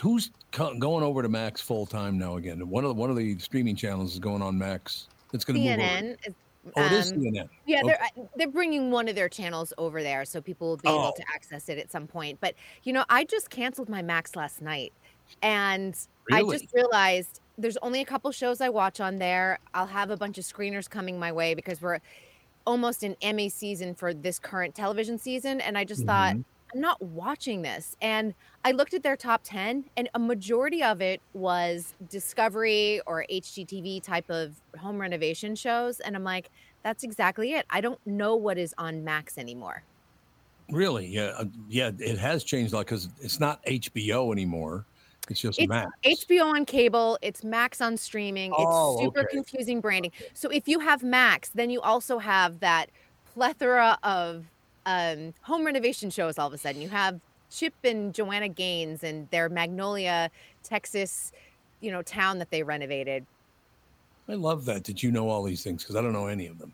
Speaker 2: who's co- going over to Max full time now again? One of the, one of the streaming channels is going on Max. It's going to move over.
Speaker 9: CNN. is-
Speaker 2: Oh, it is
Speaker 9: um,
Speaker 2: CNN.
Speaker 9: Yeah,
Speaker 2: Okay.
Speaker 9: they're uh, they're bringing one of their channels over there, so people will be able
Speaker 2: Oh.
Speaker 9: to access it at some point. But you know, I just canceled my Max last night, and I
Speaker 2: Really?
Speaker 9: just realized there's only a couple shows I watch on there. I'll have a bunch of screeners coming my way because we're almost in Emmy season for this current television season, and I just thought I'm not watching this. And I looked at their top ten, and a majority of it was Discovery or HGTV type of home renovation shows, and I'm like. That's exactly it. I don't know what is on Max anymore.
Speaker 2: Really? Yeah, uh, yeah. It has changed a lot because it's not HBO anymore. It's just
Speaker 9: It's
Speaker 2: Max.
Speaker 9: HBO on cable, it's Max on streaming. It's
Speaker 2: Oh,
Speaker 9: super
Speaker 2: okay.
Speaker 9: confusing branding. So if you have Max, then you also have that plethora of um, home renovation shows all of a sudden. You have Chip and Joanna Gaines and their Magnolia, Texas, you know, town that they renovated.
Speaker 2: I love that. Did you know all these things? Because I don't know any of them.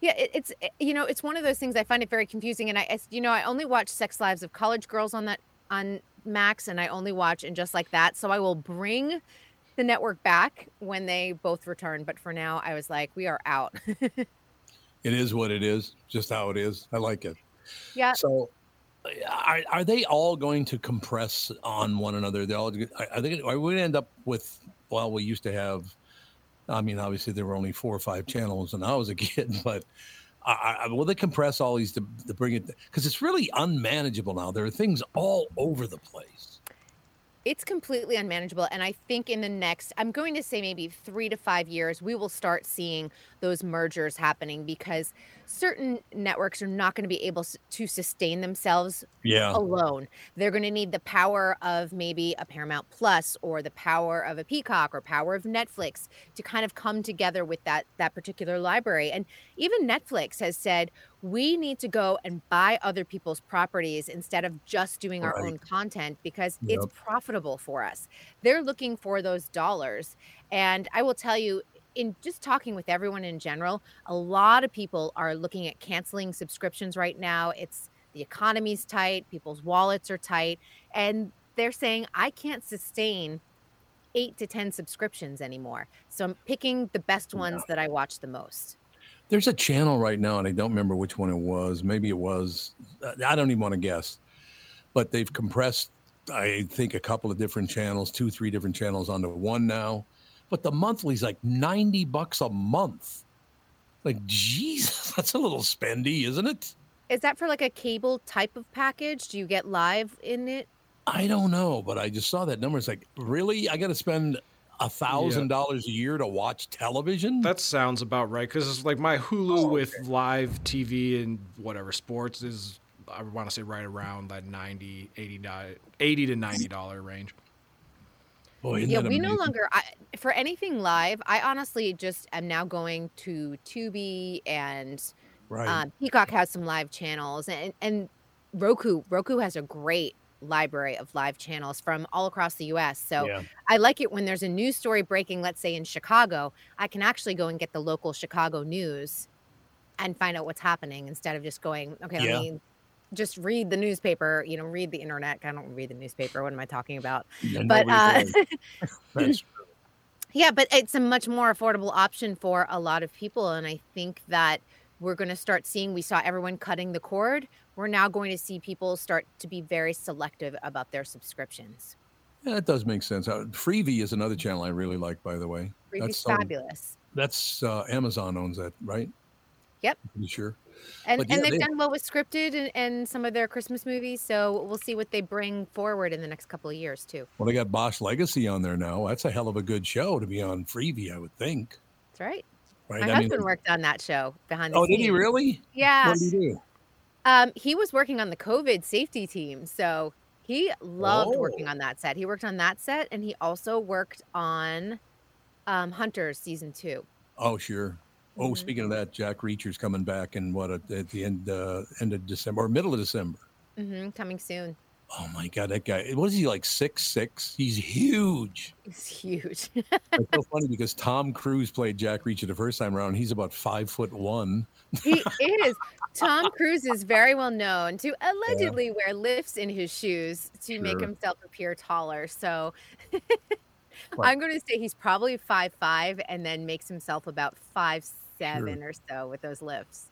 Speaker 9: Yeah, it, it's it- you know, it's one of those things I find it very confusing, and I, I- you know, I only watch Sex Lives of College Girls on that on Max, and I only watch and just like that. So I will bring the network back when they both return, but for now, I was like, we are out. *laughs*
Speaker 2: It is what it is. Just how it is. I like it.
Speaker 9: yeah,
Speaker 2: So, are, are they all going to compress on one another? They all are- are they? Are we going to end up with? Well, we used to have. I mean, obviously there were only four or five channels when I was a *laughs* kid, but I, I, will they compress all these to, to bring it? Because it's really unmanageable now. There are things all over the place.
Speaker 9: it's completely unmanageable, and I think in the next, I'm going to say maybe three to five years, we will start seeing those mergers happening because certain networks are not going to be able s- to sustain themselves
Speaker 2: Yeah.
Speaker 9: alone. They're going to need the power of maybe a Paramount Plus or the power of a Peacock or power of Netflix to kind of come together with that that particular library. And even Netflix has said we need to go and buy other people's properties instead of just doing our
Speaker 2: Right.
Speaker 9: own content because it's
Speaker 2: Yep.
Speaker 9: profitable for us. They're looking for those dollars. And I will tell you in just talking with everyone in general, a lot of people are looking at canceling subscriptions right now. It's the economy's tight, people's wallets are tight, and they're saying, I can't sustain eight to 10 subscriptions anymore. So I'm picking the best ones that I watch the most.
Speaker 2: There's a channel right now, and I don't remember which one it was. Maybe it was. uh, I don't even want to guess. But they've compressed, I think, a couple of different channels, two, three different channels onto one now. But the monthly's like *laughs* ninety bucks a month. Like, Jesus, that's a little spendy, isn't it?
Speaker 9: Is that for like a cable type of package? Do you get live in it?
Speaker 2: I don't know, but I just saw that number. It's like, really? I got to spend a thousand dollars a year to watch television? Oh,
Speaker 6: That sounds about right. Because it's like my Hulu with live TV and whatever sports is, I want to say right around that 90, 80, di- 80 to $90 dollar range.
Speaker 2: Boy,
Speaker 9: yeah, we no longer I, for anything live. I honestly just am now going to Tubi and
Speaker 2: Right.
Speaker 9: um, Peacock has some live channels, and and Roku Roku has a great library of live channels from all across the U.S. So
Speaker 10: Yeah.
Speaker 9: I like it when there's a news story breaking, let's say in Chicago, I can actually go and get the local Chicago news and find out what's happening instead of just going, okay, let
Speaker 10: Yeah.
Speaker 9: me just read the newspaper, you know, read the internet. I don't read the newspaper. What am I talking about?
Speaker 10: Yeah,
Speaker 9: but uh,
Speaker 10: nobody
Speaker 11: *laughs*
Speaker 10: That's
Speaker 9: yeah, but it's a much more affordable option for a lot of people. And I think that we're going to start seeing, we saw everyone cutting the cord. We're now going to see people start to be very selective about their subscriptions.
Speaker 2: Yeah, that does make sense. Uh, Freevee is another channel I really like, by the way.
Speaker 9: Freebies
Speaker 2: some-
Speaker 9: fabulous.
Speaker 2: That's uh, Amazon owns that, right?
Speaker 9: Yep.
Speaker 2: I'm pretty sure.
Speaker 9: And,
Speaker 2: But yeah,
Speaker 9: and they've
Speaker 2: they-
Speaker 9: done well with scripted and, and some of their Christmas movies. So we'll see what they bring forward in the next couple of years, too.
Speaker 2: Well, they got Bosch Legacy on there now. That's a hell of a good show to be on Freevee, I would think.
Speaker 9: That's right.
Speaker 2: Right.
Speaker 9: My
Speaker 2: I mean,
Speaker 9: husband worked on that show behind the
Speaker 2: Oh, did he
Speaker 9: scenes.
Speaker 2: really?
Speaker 9: Yeah.
Speaker 2: What did he do?
Speaker 9: Um, he was working on the COVID safety team, so he loved working on that set. He worked on that set, and he also worked on um, Hunters season two.
Speaker 2: Oh, sure. Oh,
Speaker 9: Mm-hmm.
Speaker 2: speaking of that, Jack Reacher's coming back in what at, at the end uh, end of December or middle of December.
Speaker 9: hmm coming soon. *laughs*
Speaker 2: Oh my God, that guy! What is he like? Six six? He's huge.
Speaker 9: It's huge. *laughs*
Speaker 2: It's so funny because Tom Cruise played Jack Reacher the first time around. He's about five foot one.
Speaker 9: he is. Tom Cruise is very well known to allegedly wear lifts in his shoes to make
Speaker 2: Sure.
Speaker 9: himself appear taller. So *laughs*
Speaker 2: Well-
Speaker 9: I'm going to say he's probably five five, and then makes himself about five seven or so with those lifts.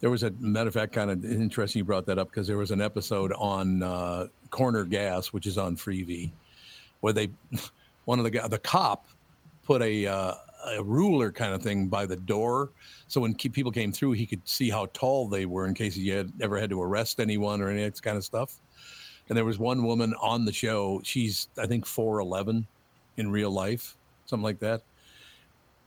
Speaker 2: There was a matter of fact, kind of interesting you brought that up because there was an episode on uh, Corner Gas, which is on Freevee, where they *laughs* one of the guy, the cop, put a uh, a ruler kind of thing by the door, so when ke- people came through, he could see how tall they were in case he had ever had to arrest anyone or any of that kind of stuff. And there was one woman on the show. She's I think four eleven in real life, something like that.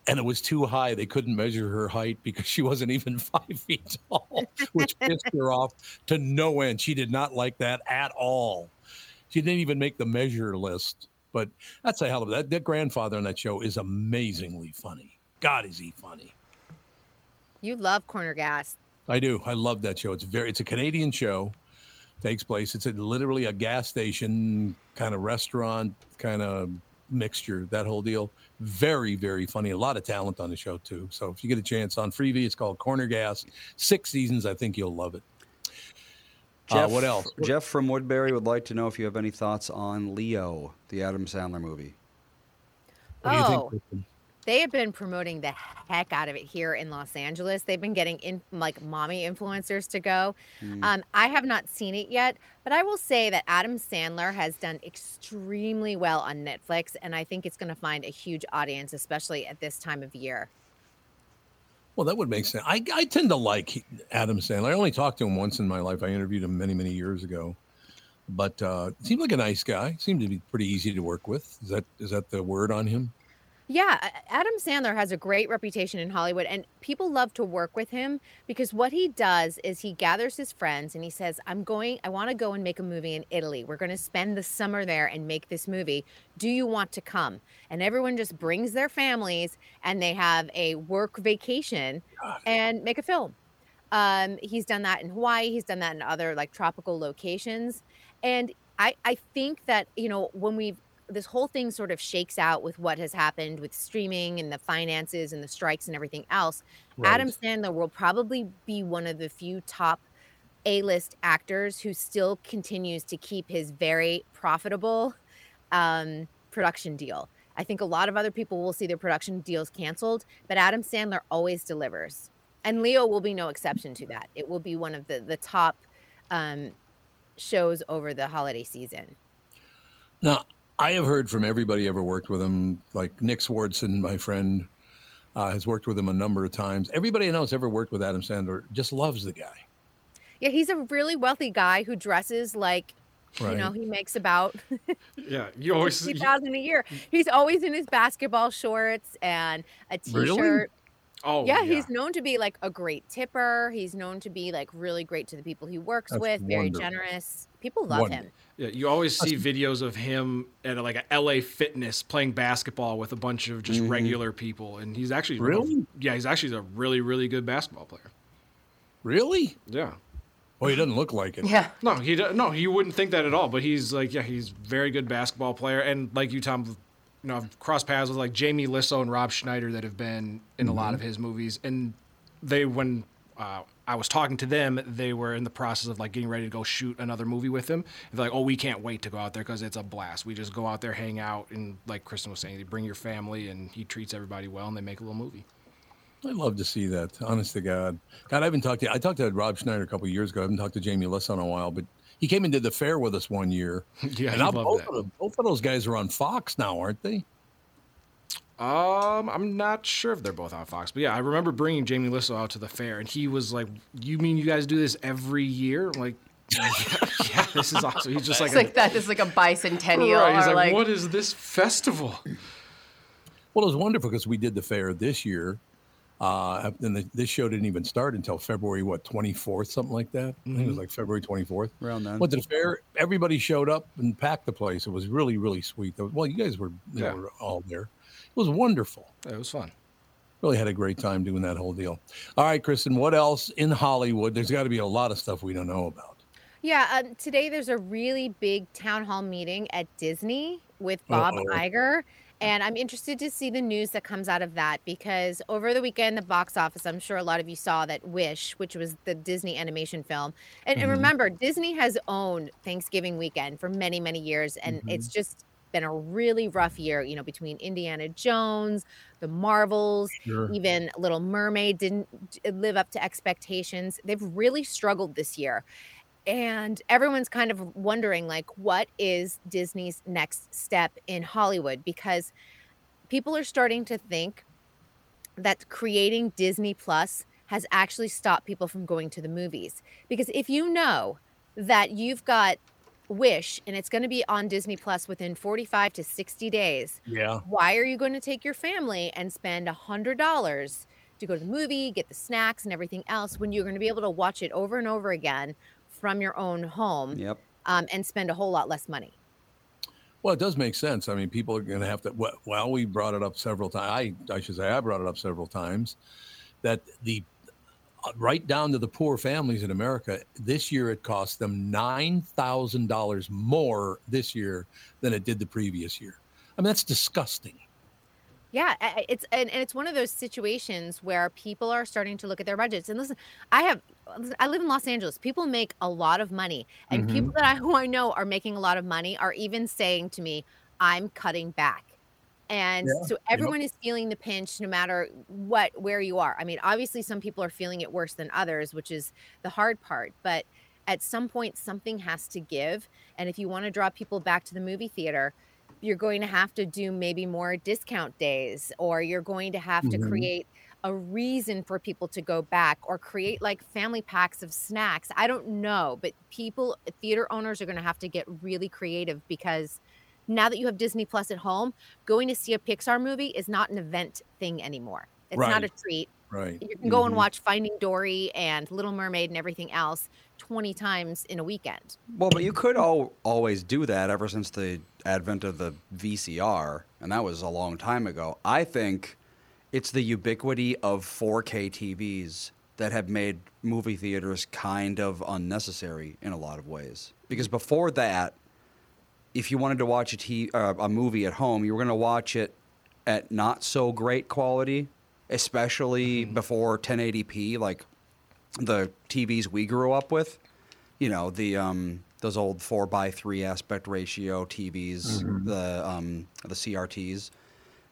Speaker 2: And it was too high. They couldn't measure her height because she wasn't even *laughs* five feet tall, which pissed her off to no end. She did not like that at all. She didn't even make the measure list. But that's a hell of a that. That grandfather on that show is amazingly funny. God, is he funny?
Speaker 9: You love corner gas.
Speaker 2: I do. I love that show. It's very. It's a Canadian show. Takes place. It's a, literally a gas station kind of restaurant kind of mixture. That whole deal. Very very funny. A lot of talent on the show too. So if you get a chance on Freebie, it's called Corner Gas. Six seasons. I think you'll love it. Uh, what else?
Speaker 4: Jeff from Woodbury would like to know if you have any thoughts on Leo, the Adam Sandler movie.
Speaker 9: oh, they have been promoting the heck out of it here in Los Angeles. They've been getting in like mommy influencers to go.
Speaker 10: Mm.
Speaker 9: Um, I have not seen it yet, but I will say that Adam Sandler has done extremely well on Netflix, and I think it's going to find a huge audience, especially at this time of year.
Speaker 2: Well, that would make sense. I, I tend to like Adam Sandler. I only talked to him once in my life. I interviewed him many, many years ago. But uh seemed like a nice guy. Seemed to be pretty easy to work with. Is that is that the word on him?
Speaker 9: Yeah, A- Adam Sandler has a great reputation in Hollywood, and people love to work with him because what he does is he gathers his friends and he says, I'm going, I want to go and make a movie in Italy. We're going to spend the summer there and make this movie. Do you want to come? And everyone just brings their families and they have a work vacation and make a film. Um, he's done that in Hawaii. He's done that in other like tropical locations. And I, I think that, you know, when we this whole thing sort of shakes out with what has happened with streaming and the finances and the strikes and everything else, Adam
Speaker 10: Right.
Speaker 9: Sandler will probably be one of the few top A list actors who still continues to keep his very profitable um, production deal. I think a lot of other people will see their production deals canceled, but Adam Sandler always delivers. And Leo will be no exception to that. It will be one of the, the top um, shows over the holiday season.
Speaker 2: Now, I have heard from everybody ever worked with him, like Nick Swardson, my friend, uh, has worked with him a number of times. Everybody I know has ever worked with Adam Sandler just loves the guy.
Speaker 9: Yeah, he's a really wealthy guy who dresses like, you know,
Speaker 6: Right.
Speaker 9: he
Speaker 6: *laughs*
Speaker 9: makes about
Speaker 6: Yeah, you always.
Speaker 9: fifty thousand a year. He's always in his basketball shorts and a
Speaker 6: Really?
Speaker 9: t-shirt.
Speaker 6: Oh,
Speaker 9: yeah,
Speaker 6: yeah.
Speaker 9: he's known to be like a great tipper. He's known to be like really great to the people he works
Speaker 6: That's
Speaker 9: with. Very
Speaker 6: wonderful.
Speaker 9: generous. People love
Speaker 6: Wonder-
Speaker 9: him.
Speaker 6: Yeah, you always see videos of him at like a LA Fitness playing basketball with a bunch of just regular people, and he's actually one of-
Speaker 2: Mm-hmm. Really?
Speaker 6: yeah, he's actually a really really good basketball player.
Speaker 2: Really?
Speaker 6: Yeah.
Speaker 2: Well, he doesn't look like it.
Speaker 6: No, he do- no, you wouldn't think that at all. But he's like, yeah, he's very good basketball player, and like you, Tom, you know, I've crossed paths with like Jamie Lissow and Rob Schneider that have been in a lot of
Speaker 2: Mhm.
Speaker 6: his movies, and they when uh, I was talking to them, they were in the process of like getting ready to go shoot another movie with him. And they're like, oh, we can't wait to go out there because it's a blast. We just go out there, hang out, and like Kristen was saying, they bring your family, and he treats everybody well, and they make a little movie.
Speaker 2: I'd love to see that. Honest to God, God, I haven't talked to. I talked to Rob Schneider a couple of years ago. I haven't talked to Jamie Lisson in a while, but he came and did the fair with us one year.
Speaker 6: *laughs* Yeah,
Speaker 2: and
Speaker 6: he'd
Speaker 2: now
Speaker 6: love
Speaker 2: both
Speaker 6: that.
Speaker 2: of them, both of those guys are on Fox now, aren't they?
Speaker 6: Um, I'm not sure if they're both on Fox, but yeah, I remember bringing Jamie Lissow out to the fair, and he was like, "You mean you guys do this every year?" I'm like, *laughs* yeah, yeah, this is awesome. He's just like,
Speaker 3: It's like,
Speaker 6: a-
Speaker 3: that is like a bicentennial.
Speaker 6: Right, he's
Speaker 3: or
Speaker 6: like,
Speaker 3: like,
Speaker 6: "What is this festival?"
Speaker 2: Well, it was wonderful because we did the fair this year, uh, and the, this show didn't even start until February what twenty fourth, something like that. I think it was
Speaker 4: Mhm.
Speaker 2: like February twenty fourth.
Speaker 4: Around then.
Speaker 2: Went to the fair. Everybody showed up and packed the place. It was really, really sweet. Well, you guys were, you
Speaker 6: Yeah.
Speaker 2: were all there. It was wonderful.
Speaker 6: It was fun.
Speaker 2: Really had a great time doing that whole deal. All right, Kristen, what else in Hollywood? There's got to be a lot of stuff we don't know about.
Speaker 9: Yeah, um, today there's a really big town hall meeting at Disney with Bob
Speaker 2: Uh-oh.
Speaker 9: Iger. And I'm interested to see the news that comes out of that because over the weekend, the box office, I'm sure a lot of you saw that Wish, which was the Disney animation film. And, and
Speaker 10: Mhm.
Speaker 9: remember, Disney has owned Thanksgiving weekend for many, many years. And it's
Speaker 10: Mhm.
Speaker 9: just been a really rough year, you know, between Indiana Jones, the Marvels,
Speaker 10: Sure.
Speaker 9: even Little Mermaid didn't d- uh, live up to expectations. They've really struggled this year. And everyone's kind of wondering, like, what is Disney's next step in Hollywood? Because people are starting to think that creating Disney Plus has actually stopped people from going to the movies. Because if you know that you've got Wish and it's going to be on Disney Plus within 45 to 60 days,
Speaker 2: Yeah.
Speaker 9: why are you going to take your family and spend a hundred dollars to go to the movie get the snacks and everything else when you're going to be able to watch it over and over again from your own home
Speaker 4: Yep.
Speaker 9: um, and spend a whole lot less money
Speaker 2: Well, it does make sense. I mean, people are going to have to. we- Well, we brought it up several times. I, I should say, I brought it up several times that the uh, right down to the poor families in America this year, it cost them nine thousand dollars more this year than it did the previous year. I mean, that's disgusting.
Speaker 9: yeah I- I- it's and, and it's one of those situations where people are starting to look at their budgets and listen i have listen, i live in los angeles people make a lot of money and people
Speaker 10: Mhm.
Speaker 9: that i *laughs* who i know are making a lot of money are even saying to me i'm cutting back and
Speaker 10: Yeah,
Speaker 9: so
Speaker 10: yep.
Speaker 9: everyone is feeling the pinch no matter what where you are i mean obviously some people are feeling it worse than others which is the hard part but at some point something has to give and if you want to draw people back to the movie theater you're going to have to do maybe more discount days or you're going to have to
Speaker 4: Mm-hmm.
Speaker 10: Mhm.
Speaker 9: create a reason for people to go back or create like family packs of snacks i don't know but people theater owners are going to have to get really creative because now that you have Disney Plus at home, going to see a Pixar movie is not an event thing anymore. It's not a
Speaker 2: Right.
Speaker 9: treat.
Speaker 2: Right.
Speaker 9: You can go
Speaker 4: Mm-hmm.
Speaker 9: and
Speaker 2: Mhm.
Speaker 9: watch Finding Dory and Little Mermaid and everything else 20 times in a weekend.
Speaker 4: Well, but you could al- always do that ever since the advent of the VCR, and that was a long time ago. I think it's the ubiquity of 4K TVs that have made movie theaters kind of unnecessary in a lot of ways. Because before that, if you wanted to watch a, t- uh, a movie at home, you were going to watch it at not so great quality, especially before 1080p, like the TVs we grew up with. You know, the um, those old four by three aspect ratio TVs,
Speaker 5: Mhm.
Speaker 4: the um, the CRTs.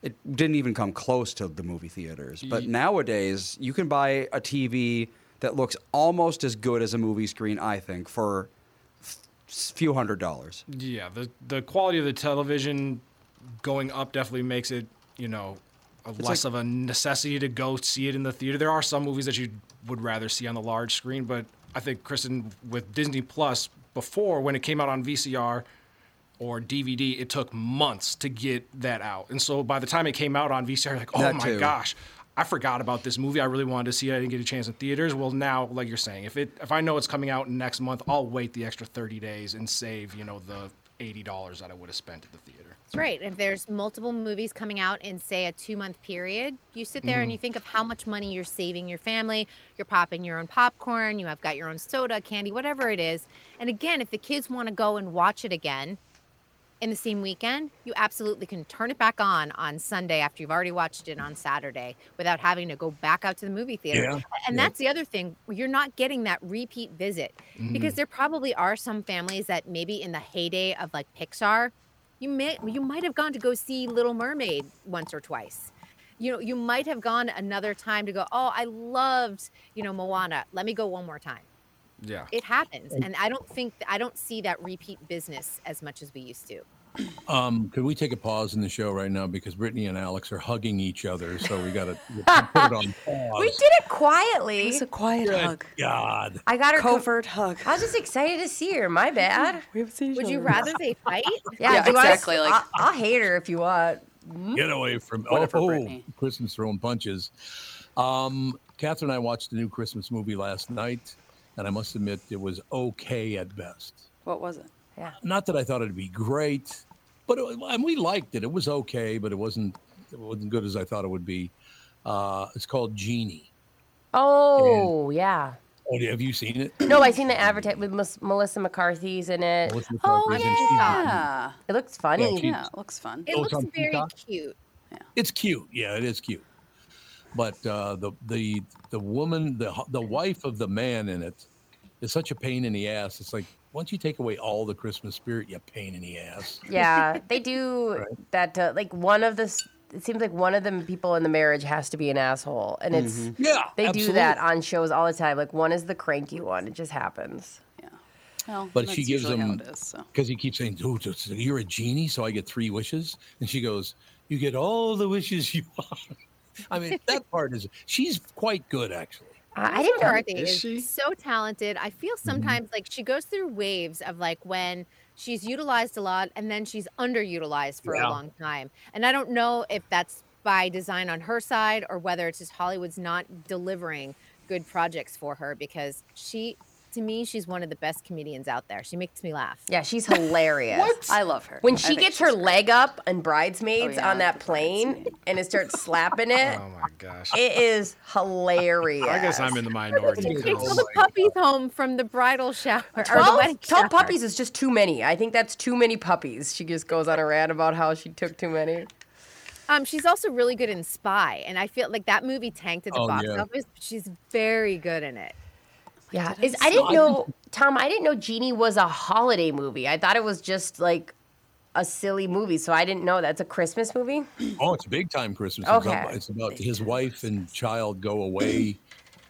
Speaker 4: It didn't even come close to the movie theaters. But
Speaker 5: Ye-
Speaker 4: nowadays, you can buy a TV that looks almost as good as a movie screen. I think for a few hundred dollars.
Speaker 6: Yeah, the the quality of the television going up definitely makes it, you know, a
Speaker 4: It's
Speaker 6: less
Speaker 4: like-
Speaker 6: of a necessity to go see it in the theater. There are some movies that you would rather see on the large screen, but I think Kristen with Disney Plus before when it came out on VCR or DVD, it took months to get that out. And so by the time it came out on VCR, like, oh
Speaker 4: That
Speaker 6: my
Speaker 4: too.
Speaker 6: gosh, I forgot about this movie. I really wanted to see it. I didn't get a chance in theaters. Well, now, like you're saying, if it if I know it's coming out next month, I'll wait the extra 30 days and save, you know, the $80 that I would have spent at the theater.
Speaker 9: That's right. If there's multiple movies coming out in, say, a two month period, you sit there and
Speaker 10: Mm-hmm.
Speaker 6: Mhm.
Speaker 9: you think of how much money you're saving your family. You're popping your own popcorn, you have got your own soda, candy, whatever it is. And again, if the kids want to go and watch it again in the same weekend, you absolutely can turn it back on on Sunday after you've already watched it on Saturday without having to go back out to the movie theater.
Speaker 10: Yeah,
Speaker 9: And
Speaker 10: yeah.
Speaker 9: that's the other thing. You're not getting that repeat visit because
Speaker 10: Mhm.
Speaker 9: there probably are some families that maybe in the heyday of like Pixar, you may you might have gone to go see Little Mermaid once or twice. You know, you might have gone another time to go, "Oh, I loved, you know, Moana. Let me go one more time."
Speaker 6: Yeah.
Speaker 9: It happens.
Speaker 2: And-
Speaker 9: And I don't think I don't see that repeat business as much as we used to.
Speaker 2: Um, could we take a pause in the show right now because Brittany and Alex are hugging each other, so we got
Speaker 9: *laughs*
Speaker 2: to put it on pause.
Speaker 3: We did it quietly.
Speaker 10: It's a quiet
Speaker 2: Good
Speaker 10: hug.
Speaker 2: God.
Speaker 3: I got her co-
Speaker 10: covert hug.
Speaker 3: I was just excited to see her. My bad.
Speaker 10: We haven't seen each
Speaker 3: Would
Speaker 9: Would you
Speaker 3: Sure.
Speaker 9: rather they fight?
Speaker 3: *laughs* Yeah,
Speaker 10: Yeah,
Speaker 3: do you wanna-
Speaker 10: exactly, like-
Speaker 3: I'll, I'll hate her if you want.
Speaker 2: Get away from
Speaker 3: Whatever,
Speaker 2: oh,
Speaker 3: Brittany.
Speaker 2: Christmas throwing punches. Um, Catherine and I watched the new Christmas movie last night, and I must admit it was okay at best.
Speaker 10: What was it?
Speaker 3: Yeah.
Speaker 2: Not that I thought it'd be great, but it, and we liked it. It was okay, but it wasn't it wasn't good as I thought it would be. Uh, it's called Genie.
Speaker 3: Oh, yeah.
Speaker 2: Oh, have you seen it?
Speaker 3: No, I seen the advertise with Mus- Melissa McCarthy's in it.
Speaker 2: Melissa
Speaker 3: oh,
Speaker 2: McCarthy's in it.
Speaker 3: yeah. It looks funny.
Speaker 2: Yeah, she's- Yeah,
Speaker 10: it looks fun.
Speaker 9: It
Speaker 2: Oh,
Speaker 9: looks
Speaker 2: it's on
Speaker 9: very
Speaker 2: Peacock?
Speaker 9: cute.
Speaker 2: It's cute. Yeah, it is cute. But uh, the the the woman, the hu- the wife of the man in it, is such a pain in the ass. It's like once you take away all the Christmas spirit, you pain in the ass.
Speaker 3: Yeah, they do that. To, like one of the, s- it seems like one of the people in the marriage has to be an asshole, and it's
Speaker 2: Mhm. Yeah,
Speaker 3: they do that
Speaker 2: absolutely.
Speaker 3: on shows all the time. Like one is the cranky one; it just happens.
Speaker 10: Well,
Speaker 2: But she gives him
Speaker 10: It is, so.
Speaker 2: because he keeps saying, "Dude, just- you're a genie, so I get three wishes." And she goes, "You get all the wishes you *laughs* want." I mean, that part is she's quite good actually.
Speaker 3: I,
Speaker 9: Melissa
Speaker 3: didn't know-
Speaker 9: McCarthy
Speaker 2: Is
Speaker 9: is,
Speaker 2: she?
Speaker 9: so talented. I feel
Speaker 3: Mm-hmm.
Speaker 9: sometimes like she goes through waves of like when she's utilized a lot and then she's underutilized for
Speaker 10: Yeah.
Speaker 9: a long time. And I don't know if that's by design on her side or whether it's just Hollywood's not delivering good projects for her because she to me she's one of the best comedians out there. She makes me laugh.
Speaker 3: Yeah,
Speaker 9: *laughs*
Speaker 3: she's hilarious.
Speaker 10: I love her.
Speaker 3: When
Speaker 10: I
Speaker 3: she
Speaker 10: think
Speaker 3: gets
Speaker 10: she's
Speaker 3: her leg up and bridesmaids
Speaker 10: Oh, yeah,
Speaker 3: on that plane and it starts slapping it,
Speaker 6: Oh my gosh.
Speaker 3: it is hilarious.
Speaker 6: I guess I'm in the *laughs* minority.
Speaker 9: She takes all
Speaker 6: because-
Speaker 9: the puppies home from the bridal shower or the
Speaker 3: 12,
Speaker 9: wedding
Speaker 3: 12 puppies is just too many. I think that's too many puppies. She just goes on a rant about how she took too many.
Speaker 9: Um, she's also really good in Spy, and I feel like that movie tanked at the
Speaker 3: Oh,
Speaker 9: box
Speaker 3: yeah.
Speaker 9: office. But she's very good in it.
Speaker 3: Yeah, is, I didn't know, Tom, I didn't know Genie was a holiday movie. I thought it was just like a silly movie, so I didn't know that's a Christmas movie.
Speaker 2: Oh, it's big time Christmas. It's
Speaker 3: Okay.
Speaker 2: ab- It's about his wife and child go away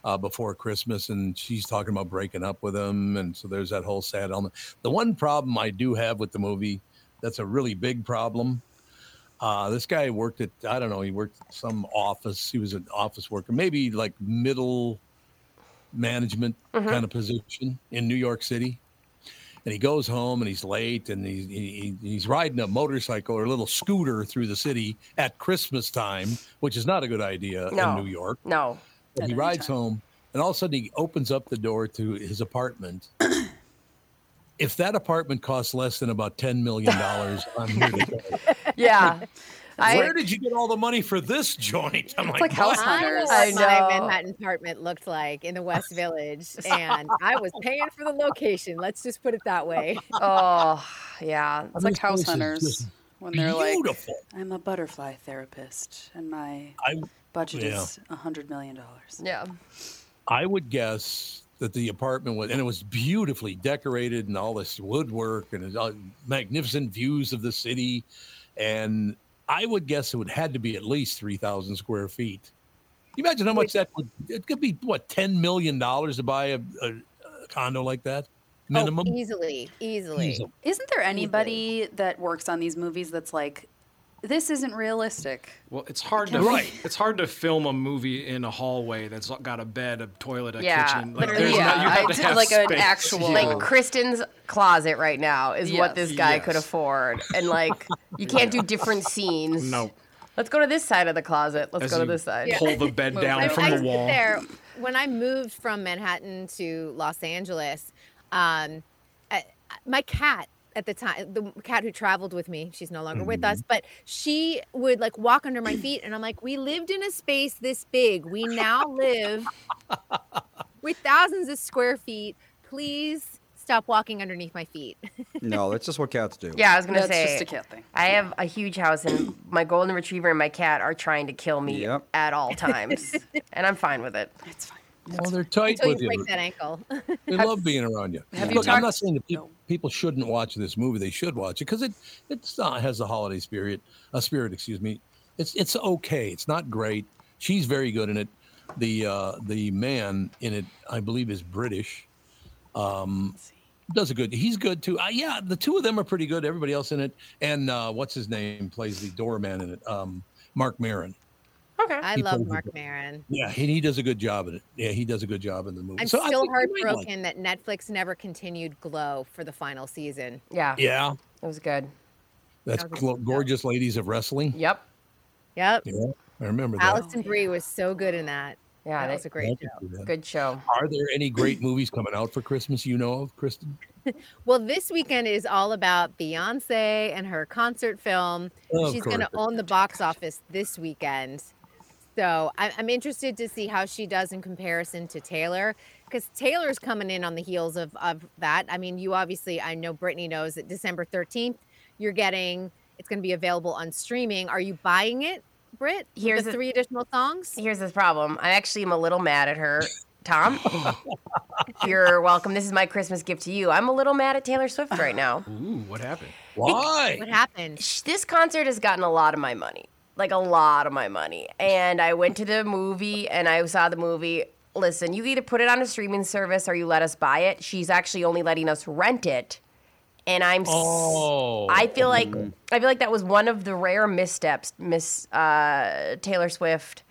Speaker 2: uh, before Christmas, and she's talking about breaking up with him. And so there's that whole sad element. The one problem I do have with the movie that's a really big problem. Uh, this guy worked at, I don't know, he worked at some office. He was an office worker, maybe like middle management
Speaker 5: Mhm.
Speaker 3: Mm-hmm.
Speaker 2: kind of position in New York City and he goes home and he's late and he's he, he- he's riding a motorcycle or a little scooter through the city at Christmas time, which is not a good idea
Speaker 3: No.
Speaker 2: in New York.
Speaker 3: No,
Speaker 2: And he rides home and all of a sudden he opens up the door to his
Speaker 3: *coughs*
Speaker 2: apartment. if that apartment costs less than about ten million dollars, I'm here
Speaker 3: *laughs*
Speaker 2: to tell you.
Speaker 9: *laughs*
Speaker 3: Yeah.
Speaker 2: Where did you get all the money for this joint? I'm like,
Speaker 9: I
Speaker 2: "What?"
Speaker 9: know
Speaker 3: I
Speaker 9: what my
Speaker 3: know.
Speaker 9: Manhattan apartment looked like in the West Village, and I was paying for the location. Let's just put it that way.
Speaker 3: *laughs* Oh, yeah.
Speaker 10: It's like house hunters
Speaker 9: just
Speaker 10: when they're
Speaker 2: beautiful.
Speaker 10: like, I'm a butterfly therapist and my
Speaker 2: I-
Speaker 10: budget
Speaker 2: yeah.
Speaker 10: is a $100 million.
Speaker 3: Yeah.
Speaker 2: I would guess that the apartment was, and it was beautifully decorated and all this woodwork and it's all magnificent views of the city. And I would guess it would had to be at least 3,000 square feet. Can you imagine how much that would, it could be, what, $10 million to buy a, a, a condo like that?
Speaker 9: Oh,
Speaker 2: Minimum?
Speaker 3: Oh,
Speaker 9: easily, easily.
Speaker 2: Easily.
Speaker 10: Isn't there anybody that works on these movies that's like This isn't realistic.
Speaker 6: Well, it's hard to
Speaker 10: Right.
Speaker 6: it's hard to film a movie in a hallway that's got a bed, a toilet, a
Speaker 3: Yeah,
Speaker 6: kitchen. Like,
Speaker 3: literally,
Speaker 6: there's
Speaker 3: yeah.
Speaker 6: not, you have
Speaker 3: I-
Speaker 6: to have
Speaker 3: like an
Speaker 6: space.
Speaker 10: actual-
Speaker 3: Like Kristen's closet right now is what
Speaker 10: Yes.
Speaker 3: this guy
Speaker 10: Yes.
Speaker 3: could afford, and like you can't do different scenes.
Speaker 6: No.
Speaker 3: Let's go to this side of the closet. Let's
Speaker 6: As
Speaker 3: go to
Speaker 6: you
Speaker 3: this side.
Speaker 6: pull the bed Move down it. from
Speaker 9: I
Speaker 6: the
Speaker 9: was
Speaker 6: wall.
Speaker 9: There, when I moved from Manhattan to Los Angeles, um, I, my cat at the time, the cat who traveled with me, she's no longer with
Speaker 6: Mm-hmm.
Speaker 9: us, but she would like walk under my feet, and I'm like, we lived in a space this big. We now
Speaker 6: *laughs*
Speaker 9: live with thousands of square feet. Please stop walking underneath my feet.
Speaker 4: No, that's just what cats do.
Speaker 3: Yeah, I was gonna
Speaker 10: That's
Speaker 3: say
Speaker 10: just a cat thing.
Speaker 3: I have a huge house, and my golden retriever and my cat are trying to kill me
Speaker 4: Yep.
Speaker 3: at all times, and I'm fine with it. It's fine.
Speaker 2: Well, they're tight
Speaker 9: Until
Speaker 2: with
Speaker 9: you break
Speaker 2: you.
Speaker 9: that ankle.
Speaker 2: They love being around you.
Speaker 9: have you
Speaker 2: Look, I'm
Speaker 9: talked-
Speaker 2: not saying that people, people shouldn't watch this movie. They should watch it because it it's not has the holiday spirit. A uh, spirit, excuse me. It's it's okay. It's not great. She's very good in it. The uh, the man in it, I believe, is British. Um, does a good. He's good too. Uh, yeah, the two of them are pretty good. Everybody else in it, and uh, what's his name plays the doorman in it. Um, Mark Maron.
Speaker 3: Okay.
Speaker 9: I
Speaker 2: He
Speaker 9: love
Speaker 2: plays a
Speaker 9: Mark
Speaker 2: good-
Speaker 9: Maron.
Speaker 2: Yeah, he, he does a good job in it. Yeah, he does a good job in the movie.
Speaker 9: I'm
Speaker 2: So I
Speaker 9: still
Speaker 2: think you might like
Speaker 9: heartbroken that Netflix never continued Glow for the final season.
Speaker 3: Yeah.
Speaker 2: it. Yeah.
Speaker 3: It was good.
Speaker 2: That's
Speaker 9: That was
Speaker 2: glo- gorgeous ladies of wrestling.
Speaker 3: Yep.
Speaker 9: Yep.
Speaker 2: Yeah, I remember that.
Speaker 9: Allison Brie was so good in that.
Speaker 3: Yeah,
Speaker 9: that was a great
Speaker 2: I
Speaker 9: show.
Speaker 2: can see that.
Speaker 3: Good show.
Speaker 2: Are there any
Speaker 9: *clears throat*
Speaker 2: great movies coming out for Christmas you know of, Kristen?
Speaker 9: Well, this weekend is all about Beyonce and her concert film.
Speaker 2: Of
Speaker 9: She's going to
Speaker 2: course.
Speaker 9: own the box office this weekend. So I, I'm interested to see how she does in comparison to Taylor, because Taylor's coming in on the heels of, of that. I mean, you obviously, I know Brittany knows that December 13th, you're getting, it's going to be available on streaming. Are you buying it, Britt? with
Speaker 3: Here's
Speaker 9: the
Speaker 3: the-
Speaker 9: three additional songs.
Speaker 3: Here's the problem. I actually am a little mad at her.
Speaker 6: *laughs*
Speaker 3: Tom, you're welcome. This is my Christmas gift to you. I'm a little mad at Taylor Swift right now.
Speaker 6: *sighs* Ooh, what happened?
Speaker 2: Why?
Speaker 9: What happened?
Speaker 3: Sh- This concert has gotten a lot of my money, like a lot of my money. And I went to the movie and I saw the movie. Listen, you either put it on a streaming service or you let us buy it. She's actually only letting us rent it. And I'm, s-
Speaker 2: Oh.
Speaker 3: I feel like I feel like that was one of the rare missteps Miss uh, Taylor Swift,